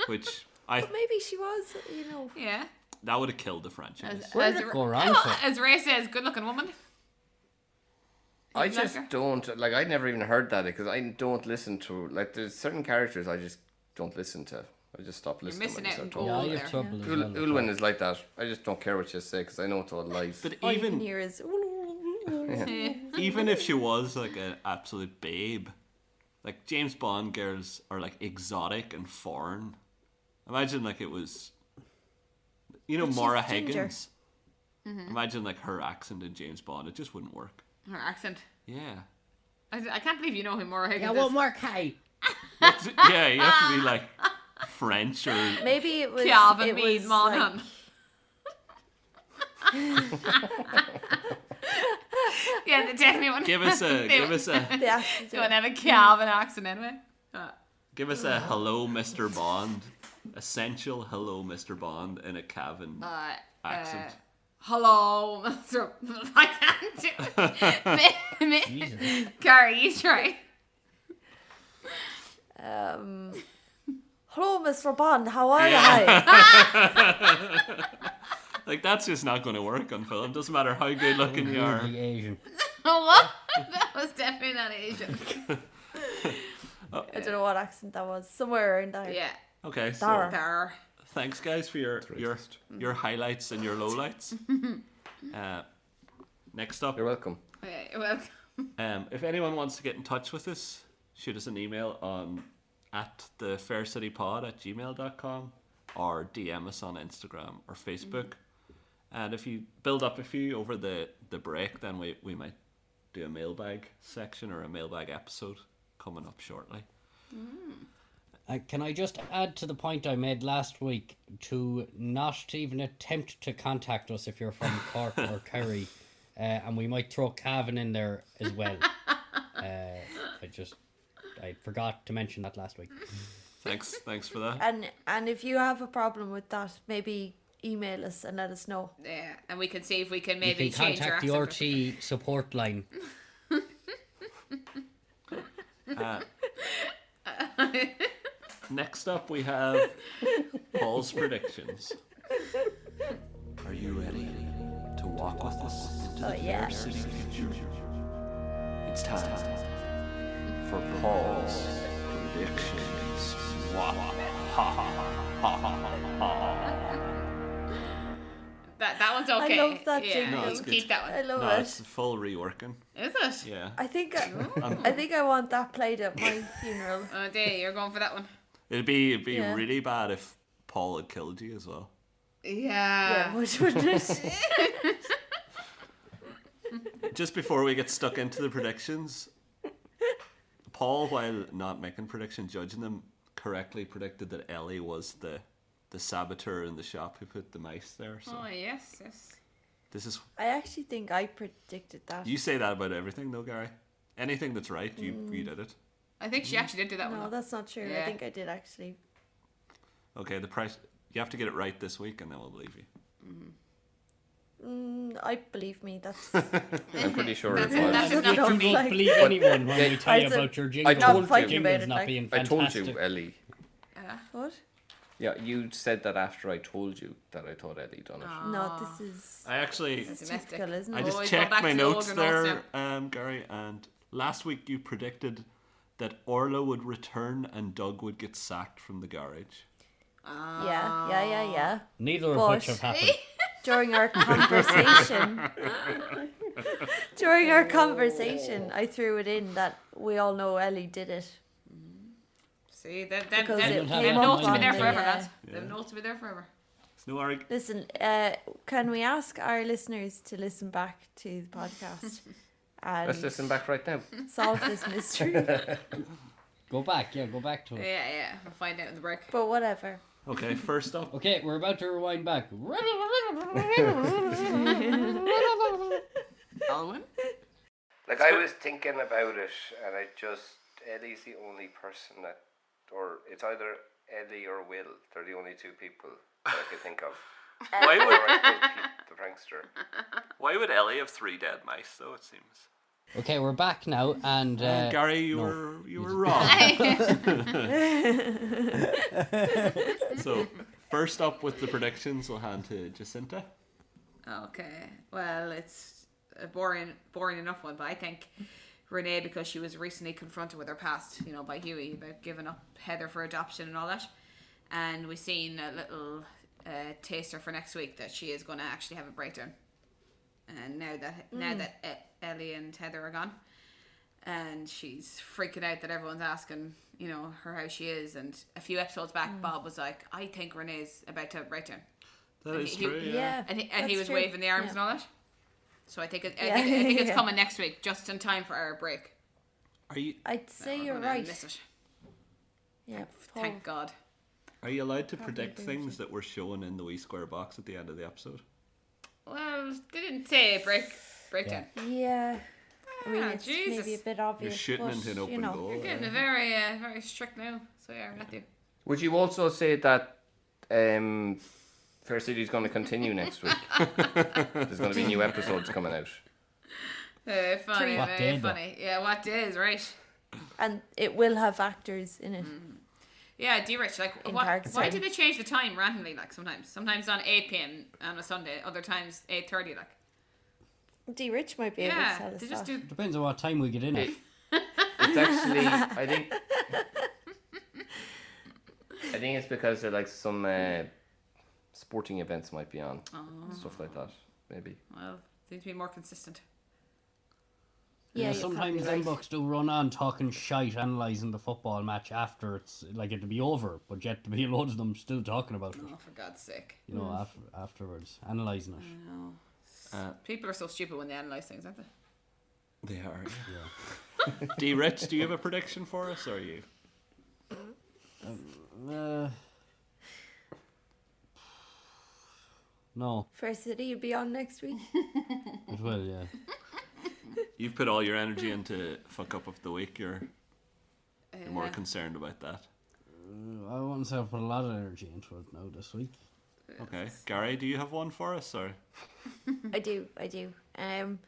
which I
But maybe she was, you know.
Yeah.
that would have killed the franchise.
As,
Where
as,
did it
Ra- [LAUGHS]
go wrong
Oh,
for?
as Ray says, good looking woman.
I
You like
just
her?
don't like. I never even heard that because I don't listen to like. There's certain characters I just don't listen to. I just stop listening.
missing
when they
out on
start talking
"Oh,
Yeah, I
about
gold
it.
have
there.
trouble as well.
Ul- Ulwin is like that. I just don't care what you say because I know it's all lies.
But
All you can
even
hear [LAUGHS] is. "Ooh."
even if she was like an absolute babe, like James Bond girls are like exotic and foreign. Imagine like it was, you know,
But she's
Mara
ginger. Mm-hmm.
Higgins. Imagine like her accent in James Bond. It just wouldn't work.
Her accent.
Yeah.
I, I can't believe you know who Maura Higgins
Yeah,
is.
one more Kai.
That's- [LAUGHS] yeah, you have to be like French or
Maybe it was.
Calvin
it
Mead
was
Monaghan.
like,
[LAUGHS] yeah, they definitely want
give us
[LAUGHS]
a give us a
they actually
Do
did.
want to have a Calvin accent anyway? Uh,
give us a hello, Mr. Bond, essential hello, Mr. Bond in a Cavan
uh,
accent.
Uh, hello, [LAUGHS] Mr. I can't do it. Me- me- Gary, you try.
Um, Hello, Mr. Bond. How are
[LAUGHS]
you?
[LAUGHS] Like that's just not going to work on film. Doesn't matter how good looking you are.
The Asian.
Oh, what? That was definitely not Asian.
I don't know what accent that was. Somewhere around there.
Yeah.
Okay, so
Dara.
There.
thanks guys for your your your highlights and your lowlights. Uh, next up,
You're welcome.
Okay, well,
Um, if anyone wants to get in touch with us, shoot us an email on at the faircitypod at gmail.com or DM us on Instagram or Facebook. And if you build up a few over the, the break, then we, we might do a mailbag section or a mailbag episode coming up shortly.
Uh, can I just add to the point I made last week to not even attempt to contact us if you're [LAUGHS] from Cork or Kerry, uh, and we might throw Cavan in there as [LAUGHS] well. Uh, I just I forgot to mention that last week.
Thanks, thanks for that.
And and if you have a problem with that, maybe email us and let us know.
Yeah, and we can see if we can
You
maybe
can
change
contact the
our accent.
RT support line.
Uh, next up, we have Paul's predictions. Are you ready to walk with us into
Oh,
the
yeah.
fair city future? It's time for Paul's predictions. Wah, wah, ha, ha, ha, ha, ha, ha.
That, that one's okay.
love that
yeah,
jingle. No,
you
it's
can
good.
keep that
I
one.
love
No,
it.
it's full reworking.
Is it?
Yeah, [LAUGHS]
I think I, I think I want that played at my funeral.
Oh, day, you're going for that one.
it'd be it'd be
Yeah.
really bad if Paul had killed you as well.
Yeah,
Yeah.
would
[LAUGHS]
would it?
Just before we get stuck into the predictions, Paul, while not making predictions, judging them, correctly predicted that Ellie was the the saboteur in the shop who put the mice there. So
Oh yes, yes.
this is
I actually think I predicted that.
you say that about everything though, Gary. Anything that's right, you you did it.
I think she actually did do that
no,
one.
that's not true. I
Yeah.
think I did actually.
Okay, the price you have to get it right this week, and then we'll believe you.
Mm, I believe me.
[LAUGHS]
That's
I'm pretty sure it
That's,
was.
that's
Look
enough
it up.
for
You
me.
Like-
don't believe anyone when we tell
I
you
said-
about your jingle.
told
Your
you.
jingle's not
Like,
being
I told
fantastic.
you, Ellie.
what?
Yeah, you said that after I told you that I thought Ellie done it.
No, this is
I actually
It's domestic.
typical, isn't
I
it?
just
Always Oh, go
checked
back
my
to the
notes
organ all
there, um, Gary, and last week you predicted that Orla would return and Doug would get sacked from the garage.
yeah, yeah, yeah, yeah.
Neither of
But-
which have happened.
During
[LAUGHS]
our
[LAUGHS]
conversation, during
Oh.
our conversation, I threw it in that we all know Ellie did it.
See, then then
Because
then,
it
then
came
notes
up
will be there
on the-
forever,
Yeah.
lads. The notes will be there forever.
It's no arg-
Listen, uh, can we ask our listeners to listen back to the
[LAUGHS]
podcast and
Let's listen back right now.
solve this mystery?
[LAUGHS]
Go back, yeah, go back to it.
Yeah, yeah. We'll find out in the break.
but whatever.
[LAUGHS] Okay, first up,
Okay, we're about to rewind back.
Alwyn.
Like I was thinking about it, and I just Ellie's the only person that, or it's either Ellie or Will. They're the only two people that I could think of.
why
Or
would
I suppose Pete the prankster.
why would Ellie have three dead mice though? It seems.
okay, we're back now, and uh,
Gary, you
no.
were you were
[LAUGHS]
wrong. [LAUGHS] so first up with the predictions, we'll hand to Jacinta.
Okay. Well, it's a boring, boring enough one, but I think Renee, because she was recently confronted with her past, you know, by Huey about giving up Heather for adoption and all that, and we've seen a little uh, taster for next week that she is going to actually have a breakdown. And now that now that E- Ellie and Heather are gone, and she's freaking out that everyone's asking, you know, her how she is. And a few episodes back, Bob was like, "I think Renee's about to have a breakdown."
That is
He-
true. Yeah.
Yeah,
and he, and he was
that's true.
waving the arms
Yeah.
and all that. So I think it, I,
Yeah.
think, I think it's
[LAUGHS] Yeah.
coming next week, just in time for our break.
Are you
I'd say
We're
you're
gonna
right.
miss it.
Yeah, Paul.
Thank God.
are you allowed to predict
agree with
things that were shown in the wee square box at the end of the episode?
Well, they didn't say break breakdown.
Yeah. I mean,
Ah,
it's
Jesus.
maybe a bit obvious.
You're shooting
but,
into an open
you know,
goal.
You're
eh?
getting very uh, very strict now. So yeah, Matthew.
Would you also say that um, Fair City's going to continue next week? There's going to be new episodes coming out.
Uh, funny,
Three.
What day,
very
though?
funny. Yeah, what day is right?
And it will have actors in it.
Mm. Yeah, D Rich, like
In
what,
Parkstown.
why do they change the time randomly like sometimes? Sometimes on eight PM on a Sunday, other times eight thirty like.
D. Rich might be
Yeah.
able to
They
tell us
just
that.
do
depends on what time we get
[LAUGHS]
in it.
It's actually, I think, I think it's because they're like some uh, sporting events might be on, stuff like that, maybe.
well, seems to be more consistent.
Yeah,
you're
sometimes
probably
them bucks do run on talking shite, analysing the football match after it's like it'll be over, but yet to be [LAUGHS] loads of them still talking about it.
Oh, for God's sake.
You know, af afterwards, analysing it.
No.
Uh,
People are so stupid when they analyze things, aren't they?
They [LAUGHS] are. Yeah. D. Rich, do you have a prediction for us? Or are you?
Uh, [SIGHS] no,
First City, you'll be on next week.
it will, yeah.
You've put all your energy into fuck up of the week. You're, you're more
Yeah.
concerned about that.
I wouldn't say I've put a lot of energy into it now this week.
Okay, Gary, do you have one for us? Or
I do, I do. Um,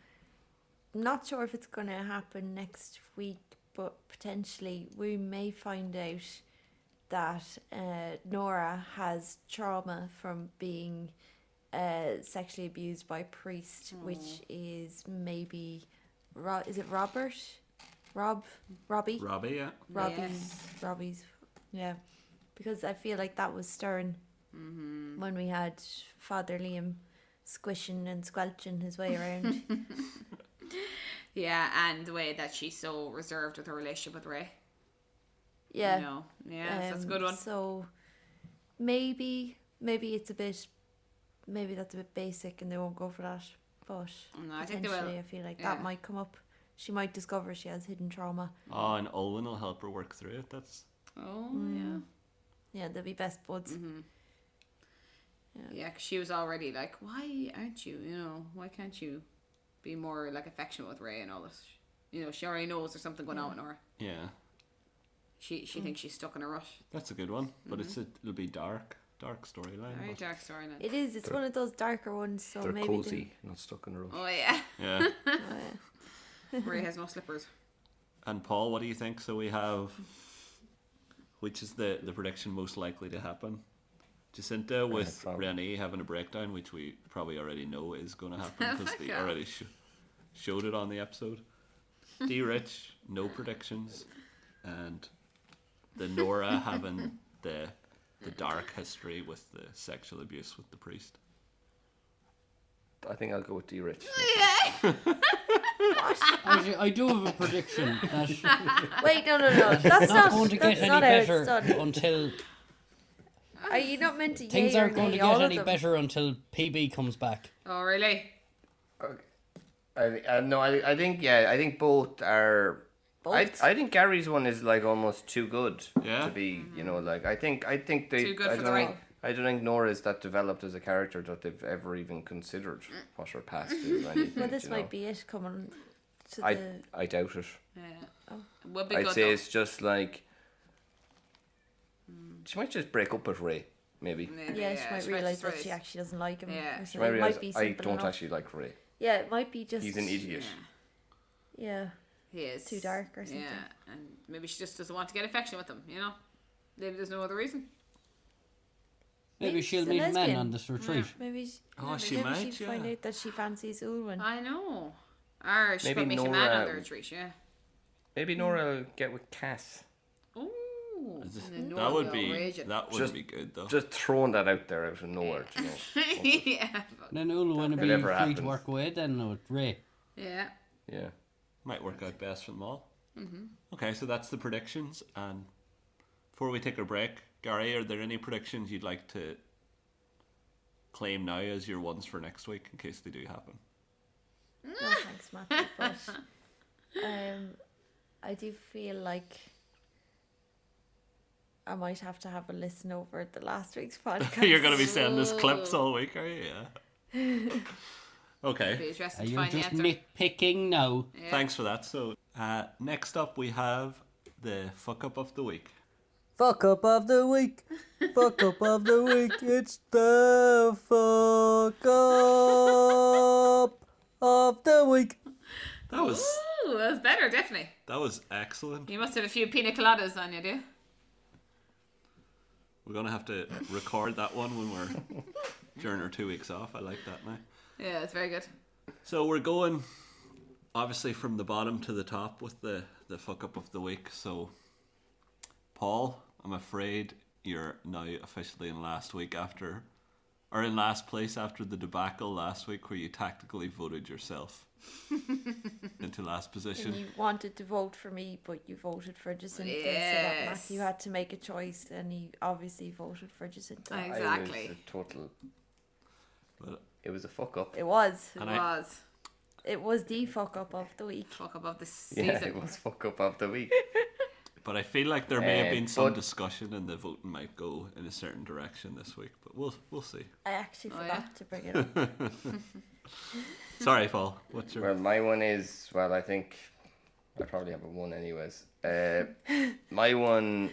not sure if it's gonna happen next week, but potentially we may find out that uh, Nora has trauma from being uh, sexually abused by a priest, which is maybe, Ro- is it Robert, Rob, Robbie,
Robbie? Yeah.
Robbie's,
Yes.
Robbie's, yeah, because I feel like that was stirring
Mm-hmm.
when we had Father Liam squishing and squelching his
[LAUGHS]
way around.
Yeah, and the way that she's so reserved with her relationship with Ray.
yeah,
You know? Yeah, so that's a
um,
good one.
So maybe, maybe it's a bit, maybe that's a bit basic, and they won't go for that. But
No, Mm, I think they
Um, potentially,
will.
I feel like
Yeah.
that might come up. She might discover she has hidden trauma.
Oh, and Olwen will help her work through it. That's
Oh,
Mm, Yeah, they'll be best buds.
Mm-hmm. yeah. Yeah, 'cause she was already like, why aren't you, you know, why can't you be more, like, affectionate with Ray and all this? You know, she already knows there's something going
Mm.
on with Nora.
yeah,
She she thinks she's stuck in a rut.
that's a good one. But it's a, it'll be dark, dark storyline.
Very
but-
dark storyline.
It is. It's one of those darker ones. So
They're
Oh, maybe
cozy, not stuck in a row.
Oh,
[LAUGHS]
yeah.
Yeah.
they- uh,
Ray has no slippers.
And Paul, what do you think? So we have, which is the the prediction most likely to happen? Jacinta with
probably.
Renee having a breakdown, which we probably already know is going to
[LAUGHS] Oh
happen because they
Yeah.
already sh- showed it on the
[LAUGHS]
episode. D Rich, no predictions, and the Nora
[LAUGHS]
having the the dark history with the sexual abuse with the priest.
I think I'll go with D Rich.
Actually, I do have a
[LAUGHS]
prediction that
Wait, no, no,
[LAUGHS]
no. That's
not
not.
going to get
that's
any
not how it's
better
done.
until
Are you not meant to?
things
yay or
aren't going to
nay all
get
of
any
them?
better until PB comes back.
Oh, really?
Okay. I, I no, I, I think yeah, I think both are. I,
Both?
I think Gary's one is like almost too good
Yeah.
to be, you know, like I think I think they
Too good for
I don't
the
think-
ring.
I don't think Nora's that developed as a character that they've ever even considered what her past is. or anything,
Well, this
you
might
know.
be it coming to
I
the.
I doubt it.
Yeah.
Oh.
Would be
I'd
good,
say
though.
it's just like she might just break up with Ray, maybe.
Maybe,
Yeah, she might
it's
realise
right,
that she
it's
actually doesn't like him.
Yeah.
or
She
something.
might
It
realize I
simple
don't
enough.
actually like Ray.
Yeah, it might be just.
He's an idiot.
Yeah.
Yeah,
He is
Too dark or something.
Yeah, and maybe she just doesn't want to get affection with him. You know, maybe there's no other reason.
Maybe
Maybe
she'll
she's a
meet men
lesbian.
on this retreat.
maybe. She,
Oh, she
maybe
might,
she'd find
yeah.
out that she fancies Ulwin.
I know. Or she
Maybe
could meet a man
Nora-
on the retreat. Yeah.
Maybe
Hmm.
Nora will get with Cass.
Ooh. and then Nora
That would
will
be
rage it. [LAUGHS]
that would
Just-
be good though.
Just throwing that out there out of nowhere, do you know.
[LAUGHS] yeah. fuck.
Then Ulu will be free
never
to
happens.
work away then with Ray.
Yeah.
Yeah.
Might work out best for them all. Mm-hmm. Okay, so that's the predictions. And before we take a break, Gary, are there any predictions you'd like to claim now as your ones for next week in case they do happen? [LAUGHS]
No thanks, Matthew. But [LAUGHS] um, I do feel like I might have to have a listen over the last week's podcast.
You're going to be sending us clips all week, are you? Yeah. okay,
Be interesting
Are
to
you
find the
just
answer.
nitpicking now?
Yeah.
thanks for that. So uh, next up, we have the fuck up of the week.
Fuck up of the week. Fuck up of the week.
[LAUGHS]
It's the fuck up of the week.
That
[GASPS]
was
Ooh, that was better, definitely.
that was excellent.
You must have a few pina coladas on you, do you?
We're going to have to record that one when we're during our two weeks off. I like that now.
Yeah, it's very good.
So we're going obviously from the bottom to the top with the, the fuck up of the week. So, Paul, I'm afraid you're now officially in last week after, or in last place after the debacle last week where you tactically voted yourself into last
And
position.
you wanted to vote for me, but you voted for Jacinta, so that
Yes.
Matthew had to make a choice, and he obviously voted for Jacinta.
I-
I was
Exactly.
a total.
But-
It was a fuck up.
It was.
And
It
I-
was.
It was the fuck up of the week.
Fuck above this
Yeah,
season.
it was fuck up of the week.
But I feel like there may have
Uh,
been some
but-
discussion, and the voting might go in a certain direction this week. But we'll we'll see.
I actually
Oh,
forgot
yeah?
to bring it up.
[LAUGHS]
Sorry, Paul. What's your
Well, my one is well. I think I probably have a one, anyways. Uh, my one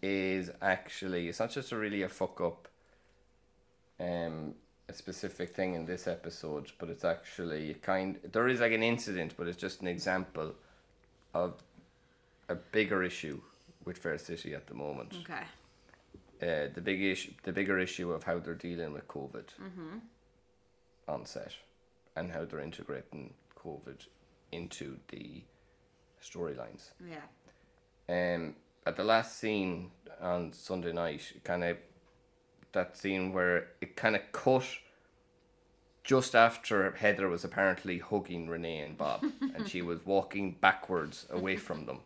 is actually it's not just a really a fuck up, um, a specific thing in this episode, but it's actually kind. There is like an incident, but it's just an example of a bigger issue with Fair City at the moment.
Okay.
Uh, the big issue, the bigger issue of how they're dealing with COVID on set, and how they're integrating COVID into the storylines.
Yeah.
Um, at the last scene on Sunday night, kind of that scene where it kind of cut just after Heather was apparently hugging Renee and Bob, and she was walking backwards away from them,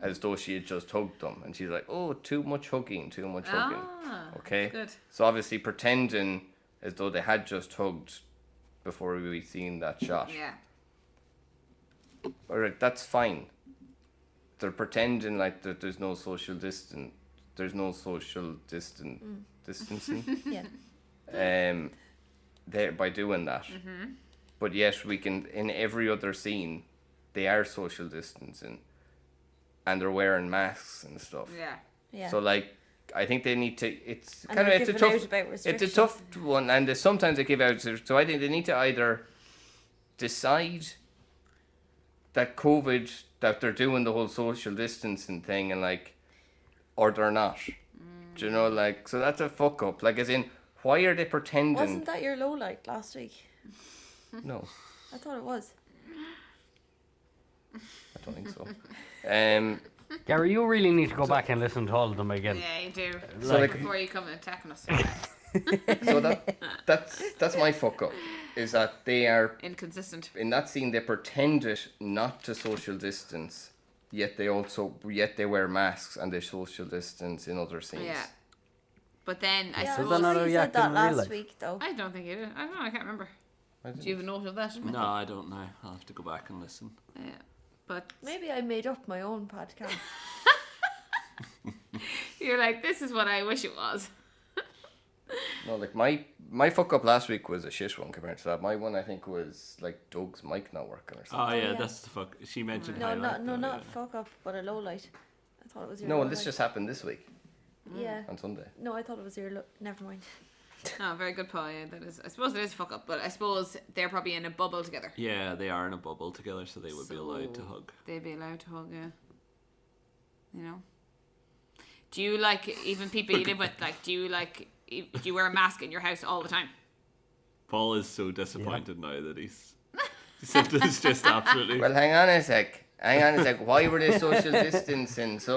as though she had just hugged them, and she's like, "Oh, too much hugging, too much hugging."
Ah,
Okay.
good.
So obviously pretending as though they had just hugged before we seen that shot.
Yeah.
All right, that's fine. They're pretending like that there's no social distance. There's no social distan-
Mm. [LAUGHS]
distancing.
Yeah.
um, there by doing that.
Mm-hmm.
But yet we can in every other scene, they are social distancing, and they're wearing masks and stuff.
Yeah.
Yeah.
So like, I think they need to. It's
And
kind of
they're
it's a
giving
tough.
out about
it's a
restrictions.
tough one, and they- sometimes they give out. So I think they need to either decide that COVID that they're doing the whole social distancing thing and like, or they're not. Do you
Mm.
know like? So that's a fuck up. Like as in, why are they pretending?
Wasn't that your low light last week?
no.
I thought it was.
I don't think so. Um,
Gary, you really need to go back and listen to all of them again.
Yeah, you do.
so Uh, like,
Before you come and attacking us.
so that that's that's my fuck up. Is that they are
Inconsistent.
in that scene they pretended not to social distance yet they also yet they wear masks and they social distance in other scenes
Yeah. But then I
Yeah,
So
I
they're
suppose.
not
remember you said
reacting
that
in real
last
life.
week though.
I don't think you did. I don't know. I can't remember. Do you have a note of that?
No, I don't know. I'll have to go back and listen.
Yeah. But
Maybe I made up my
[LAUGHS]
own podcast.
you're like, this is what I wish it was. [LAUGHS]
no like my my fuck up last week was a shit one compared to that my one i think was like doug's mic not working or
Oh
something
yeah,
yeah.
that's the fuck. She mentioned
No,
highlight,
not no,
though,
not
yeah.
fuck up, but a low light. I thought it was your.
no
low
well, this
light.
just happened this week
Mm.
Yeah.
on sunday
No, I thought it was your. Lo- Never mind.
No, Ah, very good, Paul. Yeah, that is. I suppose it is a fuck up, but I suppose they're probably in a bubble together.
Yeah, they are in a bubble together, so they would be allowed to
So-
hug.
They'd be allowed to hug you. You know. Do you like even people you live with? Like, do you like? e- Do you wear a mask in your house all the time?
Paul is so disappointed now that
[LAUGHS]
he's. [LAUGHS] Something is just absolutely.
well hang on a sec hang on a sec why were they
[LAUGHS]
social distancing so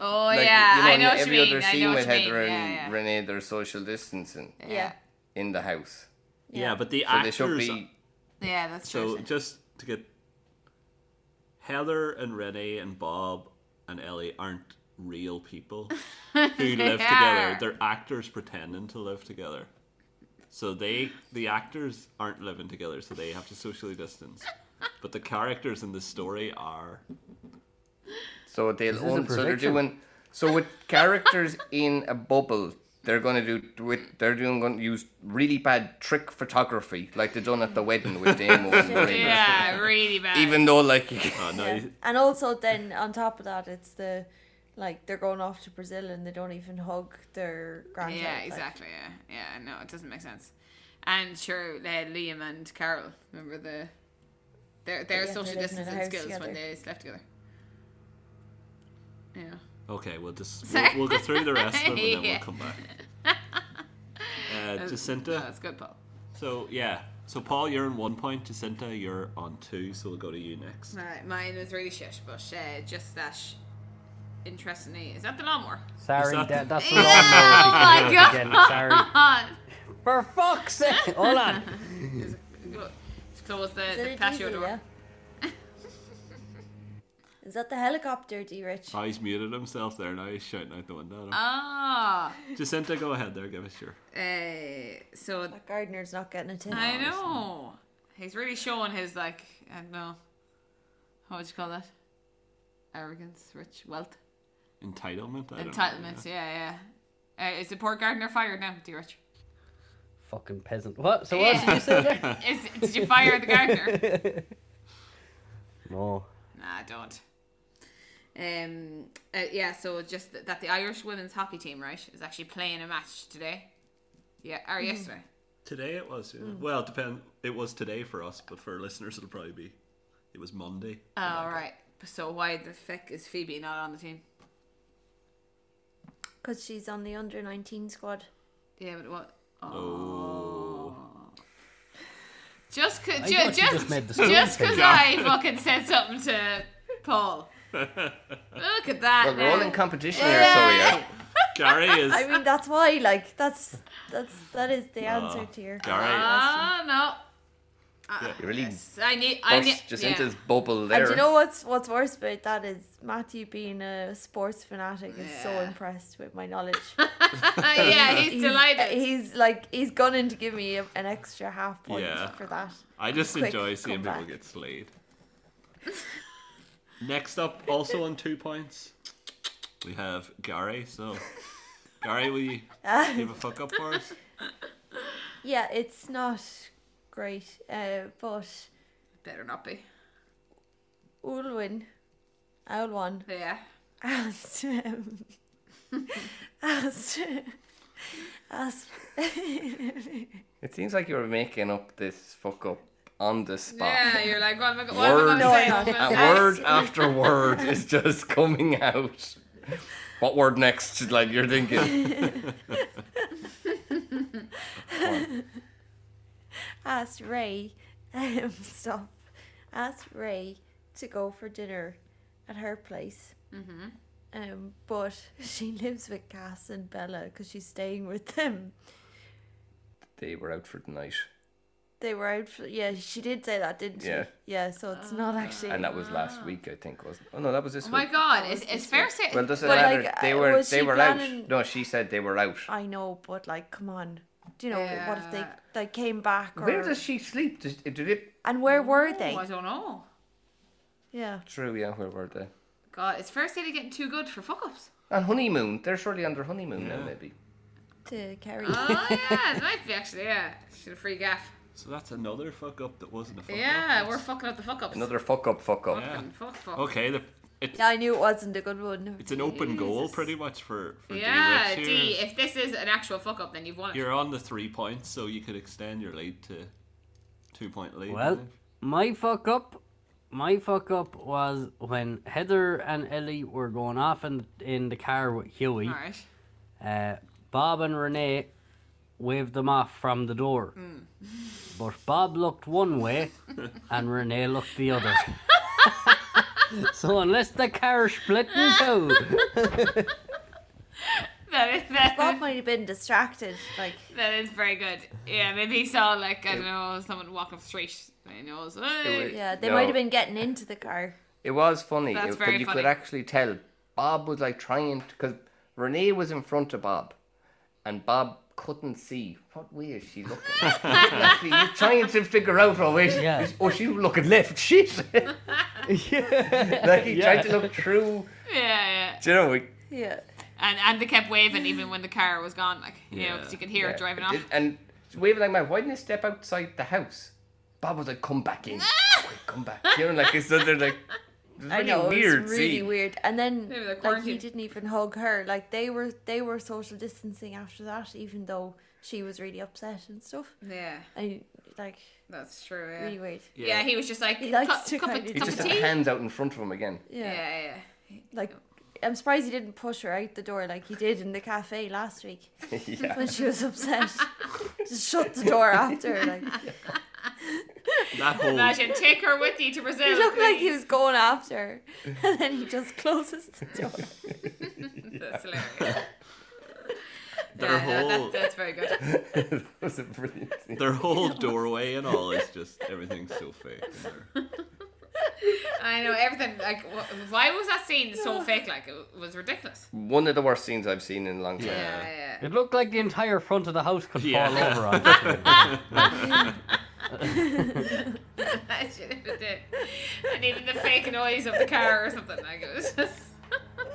Oh
like
yeah, I
in
know what
every
you mean.
other
I
scene
know what
with
you mean.
heather and
Yeah, yeah.
renee they're social distancing
Yeah.
in the house
yeah, but the
so they should
actors.
be
Yeah, that's
So
true.
just to get Heather and Renee and Bob and Ellie aren't real
[LAUGHS]
people who live together.
are.
They're actors pretending to live together. So they the actors aren't living together, so they have to socially distance. But the characters in the story are
So they'll
is a
own. So they're
prediction.
doing. So with
[LAUGHS]
characters in a bubble, they're going to do with. They're doing going to use really bad trick photography, like they done at the wedding
[LAUGHS]
with Damo and Lorraine.
yeah, really bad.
Even though, like, [LAUGHS]
oh no
Yeah.
you-
And also, then on top of that, it's the like they're going off to Brazil and they don't even hug their grandchild.
yeah,
like.
exactly. Yeah, yeah. No, it doesn't make sense. And sure, uh, Liam and Carol. Remember the their their
Yeah,
social
they lived in a
distancing
house
skills when
together.
they slept together. Yeah.
Okay, we'll just we'll,
Sorry.
we'll go through the rest of them and then
[LAUGHS] Yeah.
we'll come back. Uh,
No,
Jacinta,
that's good, Paul.
so yeah, so Paul, you're on one point. Jacinta, you're on two. So we'll go to you next.
Right, mine was really shit, but uh, just that. Interestingly, is that the
[LAUGHS]
lawnmower?
Sorry,
Is that-
[LAUGHS]
that, that's the
Yeah,
wrong
oh my
note. if you
God.
do it Again, sorry.
[LAUGHS] Ah,
For fuck's sake! Hold on.
just close the,
Is
the
that a
patio
diesel,
door.
yeah? [LAUGHS] Is that the helicopter, D. Rich?
Oh, he's muted himself there now. He's shouting out the window.
Ah,
Jacinta, go ahead there. Give us your.
uh, so
That gardener's not getting a tip.
I know. He's really showing his like I don't know. What would you call that? arrogance, rich wealth,
Entitlement. I don't know,
entitlement.
yeah.
Yeah, yeah. Uh, is the poor gardener fired now? Do you, Rich?
[LAUGHS] Fucking peasant. What? So what did you say
[LAUGHS]
there?
Is, did you fire the
[LAUGHS]
gardener?
No.
Nah, don't. Um. uh, yeah. So just th- that the Irish women's hockey team, right, is actually playing a match today. Yeah, or
Mm-hmm.
yesterday.
Today it was. Yeah. Well, it depend. It was today for us, but for listeners, it'll probably be. It was Monday.
All right. So why the feck is Phoebe not on the team?
because she's on the under 19 squad.
[LAUGHS] Yeah, but what?
Oh.
Just cause,
I
ju-
thought
just,
you just made the school
just
thing.
cause I fucking said something to Paul. Look at that.
We're all
now.
in competition here, so yeah.
[LAUGHS] Gary is.
I mean, that's why. Like, that's that's that is the answer to your.
Gary.
Ah no.
You really
Yes, I need. I need.
bust
yeah.
Jacinta's bubble there.
And you know what's what's worse about that is Matthew being a sports fanatic is so
Yeah.
impressed with my knowledge.
Uh, yeah,
[LAUGHS]
he's, delighted.
He's like he's gunning to give me a, an extra half point
Yeah.
for that.
I just
Quick
enjoy seeing people
comeback.
get slayed. [LAUGHS] Next up, also on two points, we have Gary. So, Gary, will you give a fuck up for us?
Yeah, it's not great, uh, but
Better not be.
Ulwin, [LAUGHS] Ulwan
Yeah.
asked [LAUGHS] him, asked, [LAUGHS] asked.
It seems like you were making up this fuck up on the spot.
Yeah, you're like, what am I, go- what
Word,
am I
No,
going to
no,
say? [LAUGHS]
uh, word after word is just coming out. What word next? Like
[LAUGHS]
you're thinking.
asked Ray, um, stop, asked Ray to go for dinner at her place. Mm-hmm. Um, but [LAUGHS] she lives with Cass and Bella because she's staying with them.
They were out for the night,
They were out for yeah. She did say that, didn't
Yeah.
she? Yeah. So it's not
Ah.
actually.
and that was last week, I think, wasn't? Oh no, that was this
Oh my
week.
god, it's, it's fair say.
Well, doesn't
But,
matter.
like,
they
uh,
were
was
they
she
were
planning-
out. No, she said they were out.
I know, but like, come on. Do you know what if they
Yeah.
they came back? Or,
Where does she sleep? Did, did it?
and where were they?
Oh, I don't know.
Yeah.
True, yeah. Where were they?
God, it's fair say they're getting too good for fuck ups.
On honeymoon. They're surely on their honeymoon now, maybe.
To carry.
[LAUGHS]
Oh yeah, it might be actually. Yeah, should a free gaff.
So that's another fuck up that wasn't a fuck
Yeah,
up.
we're fucking up the fuck ups.
Another fuck up, fuck up.
Yeah.
fuck fuck.
Okay, the, it,
Yeah, [LAUGHS] I knew it wasn't a good one.
it's an open goal
Jesus.
pretty much for, for
Yeah,
D. Rich here.
D. If this is an actual fuck up, then you've won it.
You're on the three points, so you could extend your lead to two point lead.
Well, my fuck up, my fuck up was when Heather and Ellie were going off in in the car with Huey.
All right.
Uh, Bob and Renee waved them off from the door,
Hmm. [LAUGHS]
but Bob looked one way and Renee looked the other. [LAUGHS] so unless the car split in two,
[LAUGHS]
[LAUGHS]
That is [LAUGHS]
Bob
that,
might have been distracted. Like,
that is very good. Yeah, maybe he saw like I don't know someone walking off the street. I know. So,
It was-
yeah, they
No.
might have been getting into the car.
It was funny,
That's
it- but
very
you
funny.
could actually tell Bob was like trying because Renee was in front of Bob, and Bob couldn't see what way is she looking. actually, he's trying to figure out what way. She,
Yeah.
Oh, she's looking left. [LAUGHS] Shit. like he tried to look through.
yeah, yeah.
Do you know? Like,
Yeah.
And and they kept waving even when the car was gone, like you know,
Yeah.
'cause you could hear
yeah,
it driving
it
off.
did- and she's waving like, "Man, why didn't you step outside the house?" Bob was like, "Come back
[LAUGHS]
in, Quick, come back." You know, like it's so they're like. It was
I
really
know
weird.
it was really
see?
weird. And then
Maybe they're
like he
quarantined.
didn't even hug her. Like they were they were social distancing after that, even though she was really upset and stuff.
Yeah,
I like
that's true. Yeah.
really weird.
yeah. he was just like
He likes
cup,
to
cup, of,
kind of-
He
cup
just
of
had
tea.
the hands out in front of him again.
Yeah.
Yeah, yeah.
Like I'm surprised he didn't push her out the door like he did in the cafe last
[LAUGHS]
week
yeah.
when she was upset. Just shut the door after her.
[LAUGHS]
Like
that whole
Imagine take her with you to Brazil.
he looked like he
please.
was going after her, [LAUGHS] and then he just closes the
[LAUGHS]
door.
That's [LAUGHS] hilarious.
their
Yeah, no,
whole
that, that's very good.
[LAUGHS] that was a brilliant scene.
their
[LAUGHS]
whole doorway and all is just everything's so fake. in there.
I know everything. Like, wh- why was that scene so fake? Like, it was ridiculous.
One of the worst scenes I've seen in a long time.
Yeah, yeah.
[LAUGHS]
it looked like the entire front of the house could
Yeah.
fall over on. it.
[LAUGHS] Imagine if it did. And even the fake noise of the car or something like it was just. [LAUGHS]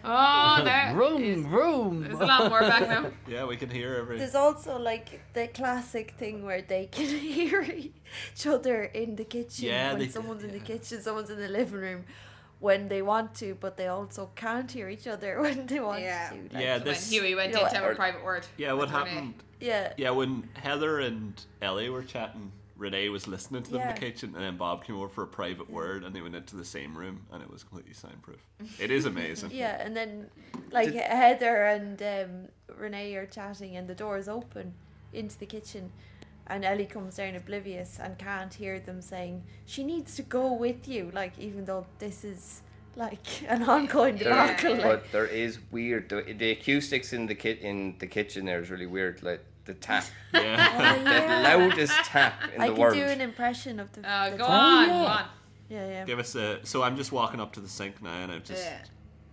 [LAUGHS]
oh, there.
Vroom, vroom.
There's a lot
[LAUGHS]
more back
[LAUGHS]
now.
Yeah, we can hear every.
There's also like the classic thing where they can [LAUGHS] hear each other in the kitchen.
Yeah,
when
they-
someone's in the
yeah.
kitchen, someone's in the living room when they want to, but they also can't hear each other [LAUGHS] when they want
Yeah.
to. like-
Yeah,
When
this.
Huey went
You know
in to have a
what?
private word.
Yeah, what
with Renee.
happened?
Yeah.
Yeah, when Heather and Ellie were chatting, Renee was listening to them in
Yeah.
the kitchen, and then Bob came over for a private word, and they went into the same room, and it was completely soundproof. It is amazing.
Yeah, and then like Heather and um, Renee are chatting, and the door is open into the kitchen, and Ellie comes down oblivious and can't hear them saying she needs to go with you, like even though this is like [LAUGHS] an ongoing
There- Yeah.
debacle. like,
But there is weird. The, the acoustics in the kit in the kitchen there is really weird. Like
[LAUGHS]
the tap,
Yeah.
Oh,
the
yeah.
loudest tap in
I
the
can
world.
do an impression of the.
Oh,
the
go
tap.
on,
yeah.
go on.
Yeah, yeah.
Give us a. So I'm just walking up to the sink now, and I've just.
Yeah.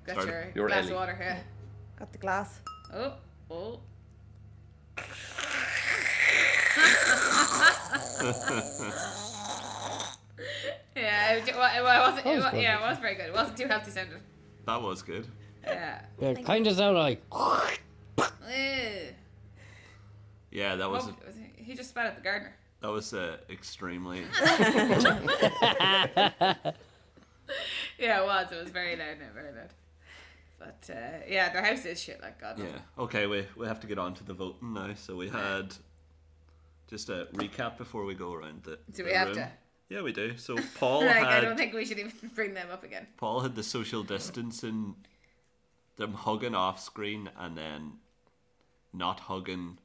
Got
Sorry,
your
you're
glass
Ellie.
of water here.
Got the glass.
Oh,
[LAUGHS]
oh. [LAUGHS] yeah, it, wa- it, wa- it wasn't. It,
was
wa-
good.
yeah, it was very good. It wasn't too healthy sounding.
That was good.
Yeah.
It kind of sound like. [LAUGHS]
Ugh.
Yeah, that was
Oh, was he- he just spat at the gardener.
that was uh, extremely.
[LAUGHS] Yeah, it was. It was very loud. No, very loud. But uh, yeah, their house is shit like God.
Yeah. Okay, we we have to get on to the voting now. So we had just a recap before we go around the. the
Do we have
room.
to?
Yeah, we do.
[LAUGHS]
So Paul
[LAUGHS] Like
had
I don't think we should even [LAUGHS] bring them up again.
Paul had the social distancing, them hugging off screen and then not hugging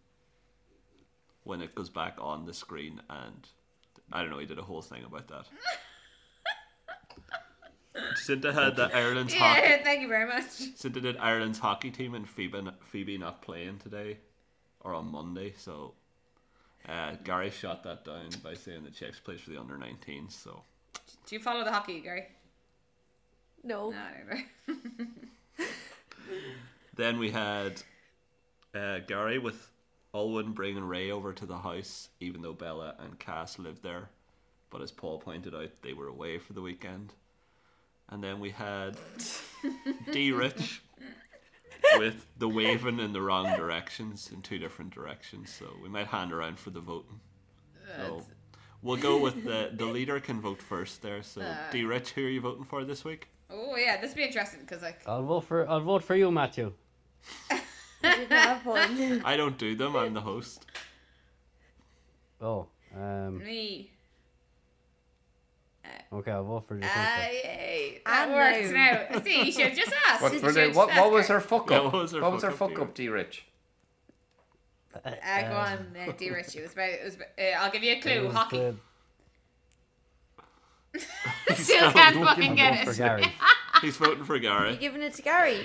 when it goes back on the screen. And I don't know, he did a whole thing about that. Cinta had the Ireland's hockey.
Yeah, [LAUGHS] thank you very much.
Cinta did Ireland's hockey team and Phoebe not, Phoebe not playing today or on Monday. So uh, Gary shot that down by saying the Czechs plays for the under 19s. So
Do you follow the hockey, Gary?
No.
No, [LAUGHS] I don't know.
Then we had uh, Gary with Alwyn bringing Ray over to the house, even though Bella and Cass lived there. But as Paul pointed out, they were away for the weekend. And then we had D Rich with the waving in the wrong directions, in two different directions. So we might hand around for the voting. So we'll go with the, the leader can vote first there. So D Rich, who are you voting for this week?
Oh yeah, this would be interesting because like [LAUGHS]
I'll vote for. I'll vote for you, Matthew.
I didn't have one. [LAUGHS]
I don't do them, I'm the host.
Oh. Um.
me.
Okay, I'll vote for you.
Ah, yay! That
And
works
now.
now. See, you should
[LAUGHS]
just ask.
What,
You
were
should
they,
just
what, what
ask
was
her.
her fuck up?
Yeah, what was her
what was
fuck
her
up,
fuck
D.
up, D. Rich?
Ah, go
[LAUGHS]
on, uh, D. Rich. It was about. It was about uh, I'll give you a clue.
It was
Hockey.
the-
[LAUGHS] Still can't
Don't
fucking
give
get
for
it. [LAUGHS]
Gary.
He's voting for Gary.
You giving it to Gary?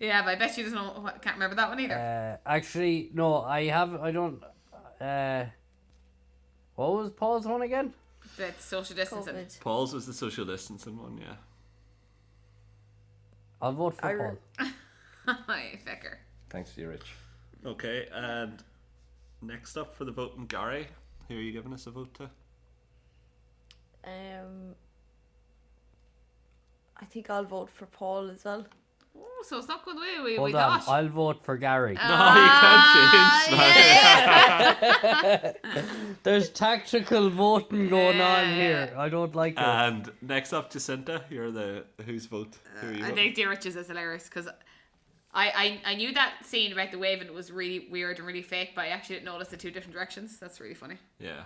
Yeah, but I bet she doesn't know. What, can't remember that one either.
Uh, actually, no, I have. I don't. Uh, what was Paul's one again?
the social distancing.
COVID.
Paul's was the social distancing one, yeah.
I'll vote for
I
Paul.
re-
[LAUGHS] Hi, Vicker.
Thanks, D. Rich.
Okay, and next up for the voting, Gary. Who are you giving us a vote to?
Um, I think I'll vote for Paul as well.
Oh, so it's not going the way we, we Uh,
Hold on,
thought.
I'll vote for
[LAUGHS]
Gary.
No, you can't change that.
There's tactical voting going on
Yeah.
here. I don't like it.
[LAUGHS] And next up, Jacinta. You're the whose vote? Who are you
I
voting?
think Dear Riches is hilarious because I, I I knew that scene about the waving was really weird and really fake, but I actually didn't notice the two different directions. That's really funny.
Yeah.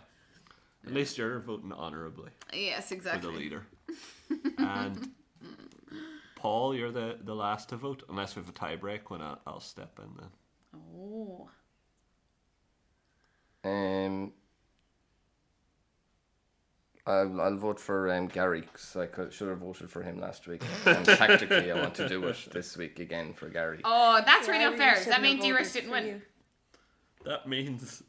At least you're voting honourably
Yes,
for the [LAUGHS]
exactly.
leader. and Paul, you're the, the last to vote, unless we have a tiebreak when I, I'll step in then.
Oh,
Um, I'll, I'll vote for um, Gary because I could, should have voted for him last week. And tactically, I want to do it this week again for Gary.
oh, that's
Yeah, I
really unfair. Does
shouldn't
that mean
have
Dear Rich
voted
didn't
for
win?
you.
That means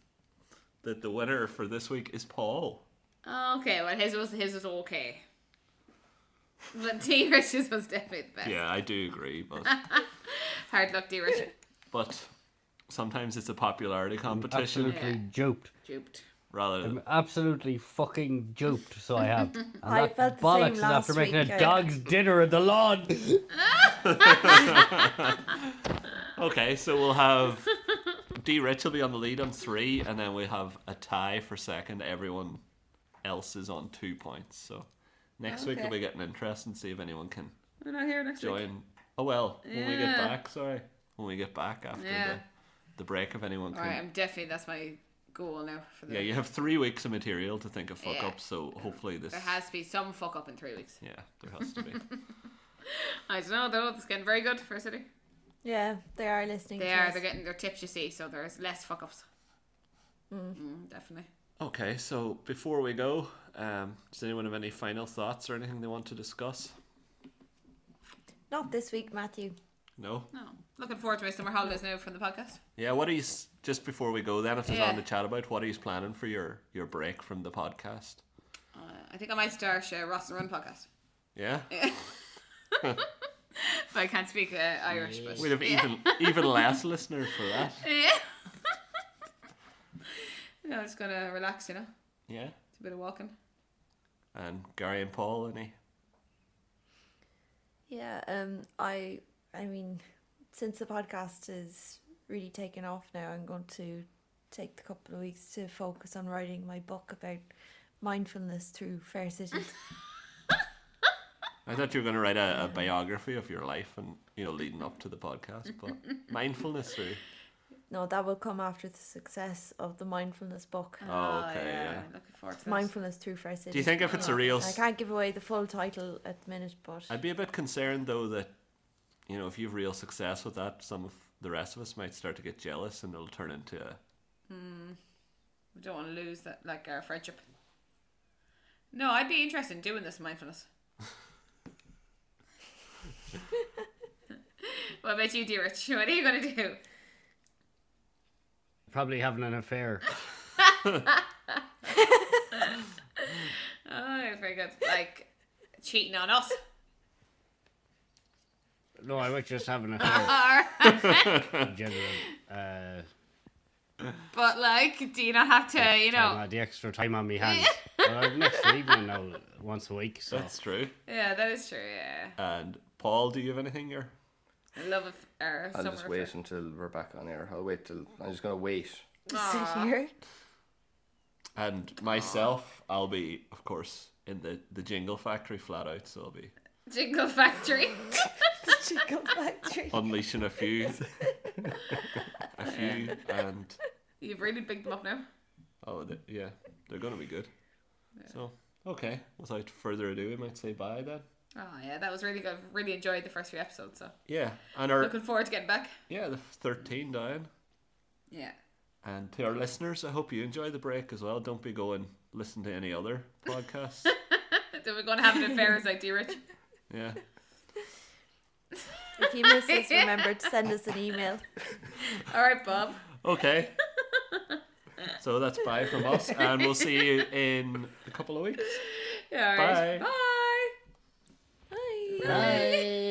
that the winner for this week is Paul.
Oh, Okay, well his was his was okay, but [LAUGHS] Dear Rich's was definitely the best.
Yeah, I do agree, but
Hard luck, Dear [LAUGHS] Rich.
but sometimes it's a popularity competition.
Absolutely duped.
Duped.
rather than
I'm absolutely fucking duped, so
[LAUGHS]
I have. And
I
that
felt the
bollocks
same
is
last
after making
week,
a
I-
dog's dinner in the lawn.
Okay, so we'll have D Rich will be on the lead on three, and then we have a tie for second. Everyone else is on two points. So next week
Okay.
will be getting interesting. See if anyone can
We're not here next week.
join. Oh well, when we get
Yeah.
back. Sorry, when we get back after
Yeah.
the, the break, if anyone
All right,
can.
I'm definitely that's my goal now for the.
Yeah, you have three weeks of material to think of fuck
Yeah.
ups. So hopefully this.
There has to be some fuck up in three weeks.
yeah, there has to be.
I don't know though. It's getting very good for City.
Yeah, they are listening.
They
to
are.
us.
They're getting their tips. You see, so there's less fuck ups.
Hmm.
Mm, definitely.
okay, so before we go, um, does anyone have any final thoughts or anything they want to discuss?
Not this week, Matthew.
No.
No, looking forward to my summer holidays now from the podcast.
Yeah, what are you s- just before we go then if there's
Yeah.
on the chat about what are you planning for your your break from the podcast?
Uh, I think I might start uh, Ross and Run podcast.
Yeah?
But I can't speak uh, Irish, but
We'd have [LAUGHS] even even less listeners for that.
[LAUGHS] yeah. yeah, I'm just gonna relax. You know, it's
Yeah.
a bit of walking.
And Gary and Paul any
Yeah, um, I, I mean, since the podcast is really taken off now, I'm going to take the couple of weeks to focus on writing my book about mindfulness through fair cities.
I thought you were gonna write a, a biography of your life and you know, leading up to the podcast, [LAUGHS] but mindfulness through
no, that will come after the success of the mindfulness book,
Oh, okay, yeah.
uh, Looking forward to that.
mindfulness through fair cities.
Do you think if it's a real
I
s-
can't give away the full title at the minute, but
I'd be a bit concerned though that you know, if you've real success with that, some of the rest of us might start to get jealous and it'll turn into a
We don't want to lose that, like our friendship. No, I'd be interested in doing
[LAUGHS]
this mindfulness. what about you, dear Rich? [LAUGHS] What are you gonna do?
Probably having an affair.
Oh, very good. Like cheating on us.
No, I was just
[LAUGHS]
having an affair
Or,
[LAUGHS] in general. Uh,
but like, do you not have to? You
time,
know.
uh, the extra time
[LAUGHS]
on me hands. Well, I'm next to evening now, once a week. So
That's true.
Yeah, that is true. Yeah,
And Paul, do you have anything you're
I love it. Our
I'll
summer
just
affair.
wait until we're back on air. I'll wait till I'm just gonna wait.
[LAUGHS] sit here. [LAUGHS]
And myself, I'll be, of course, in the, the jingle factory flat out, so I'll be
Jingle Factory. [LAUGHS]
Jingle Factory.
unleashing a few. [LAUGHS] a few, and.
You've really picked them up now.
Oh, th yeah, they're going to be good. So, okay, without further ado, we might say bye then.
Oh yeah, that was really good. Really enjoyed the first few episodes. So
Yeah, and our.
looking forward to getting back.
Yeah, the 13 down.
[LAUGHS] Yeah.
And to our listeners, I hope you enjoy the break as well. Don't be going listen to any
[LAUGHS]
other podcasts.
So we're going to have an affair as like, dear [LAUGHS] Rich.
yeah.
If you miss us, remember to send us an email.
All right, Bob. [LAUGHS]
Okay. so that's bye from us, and we'll see you in a couple of weeks.
All right.
Bye.
Bye.
Bye.
Bye.
[LAUGHS]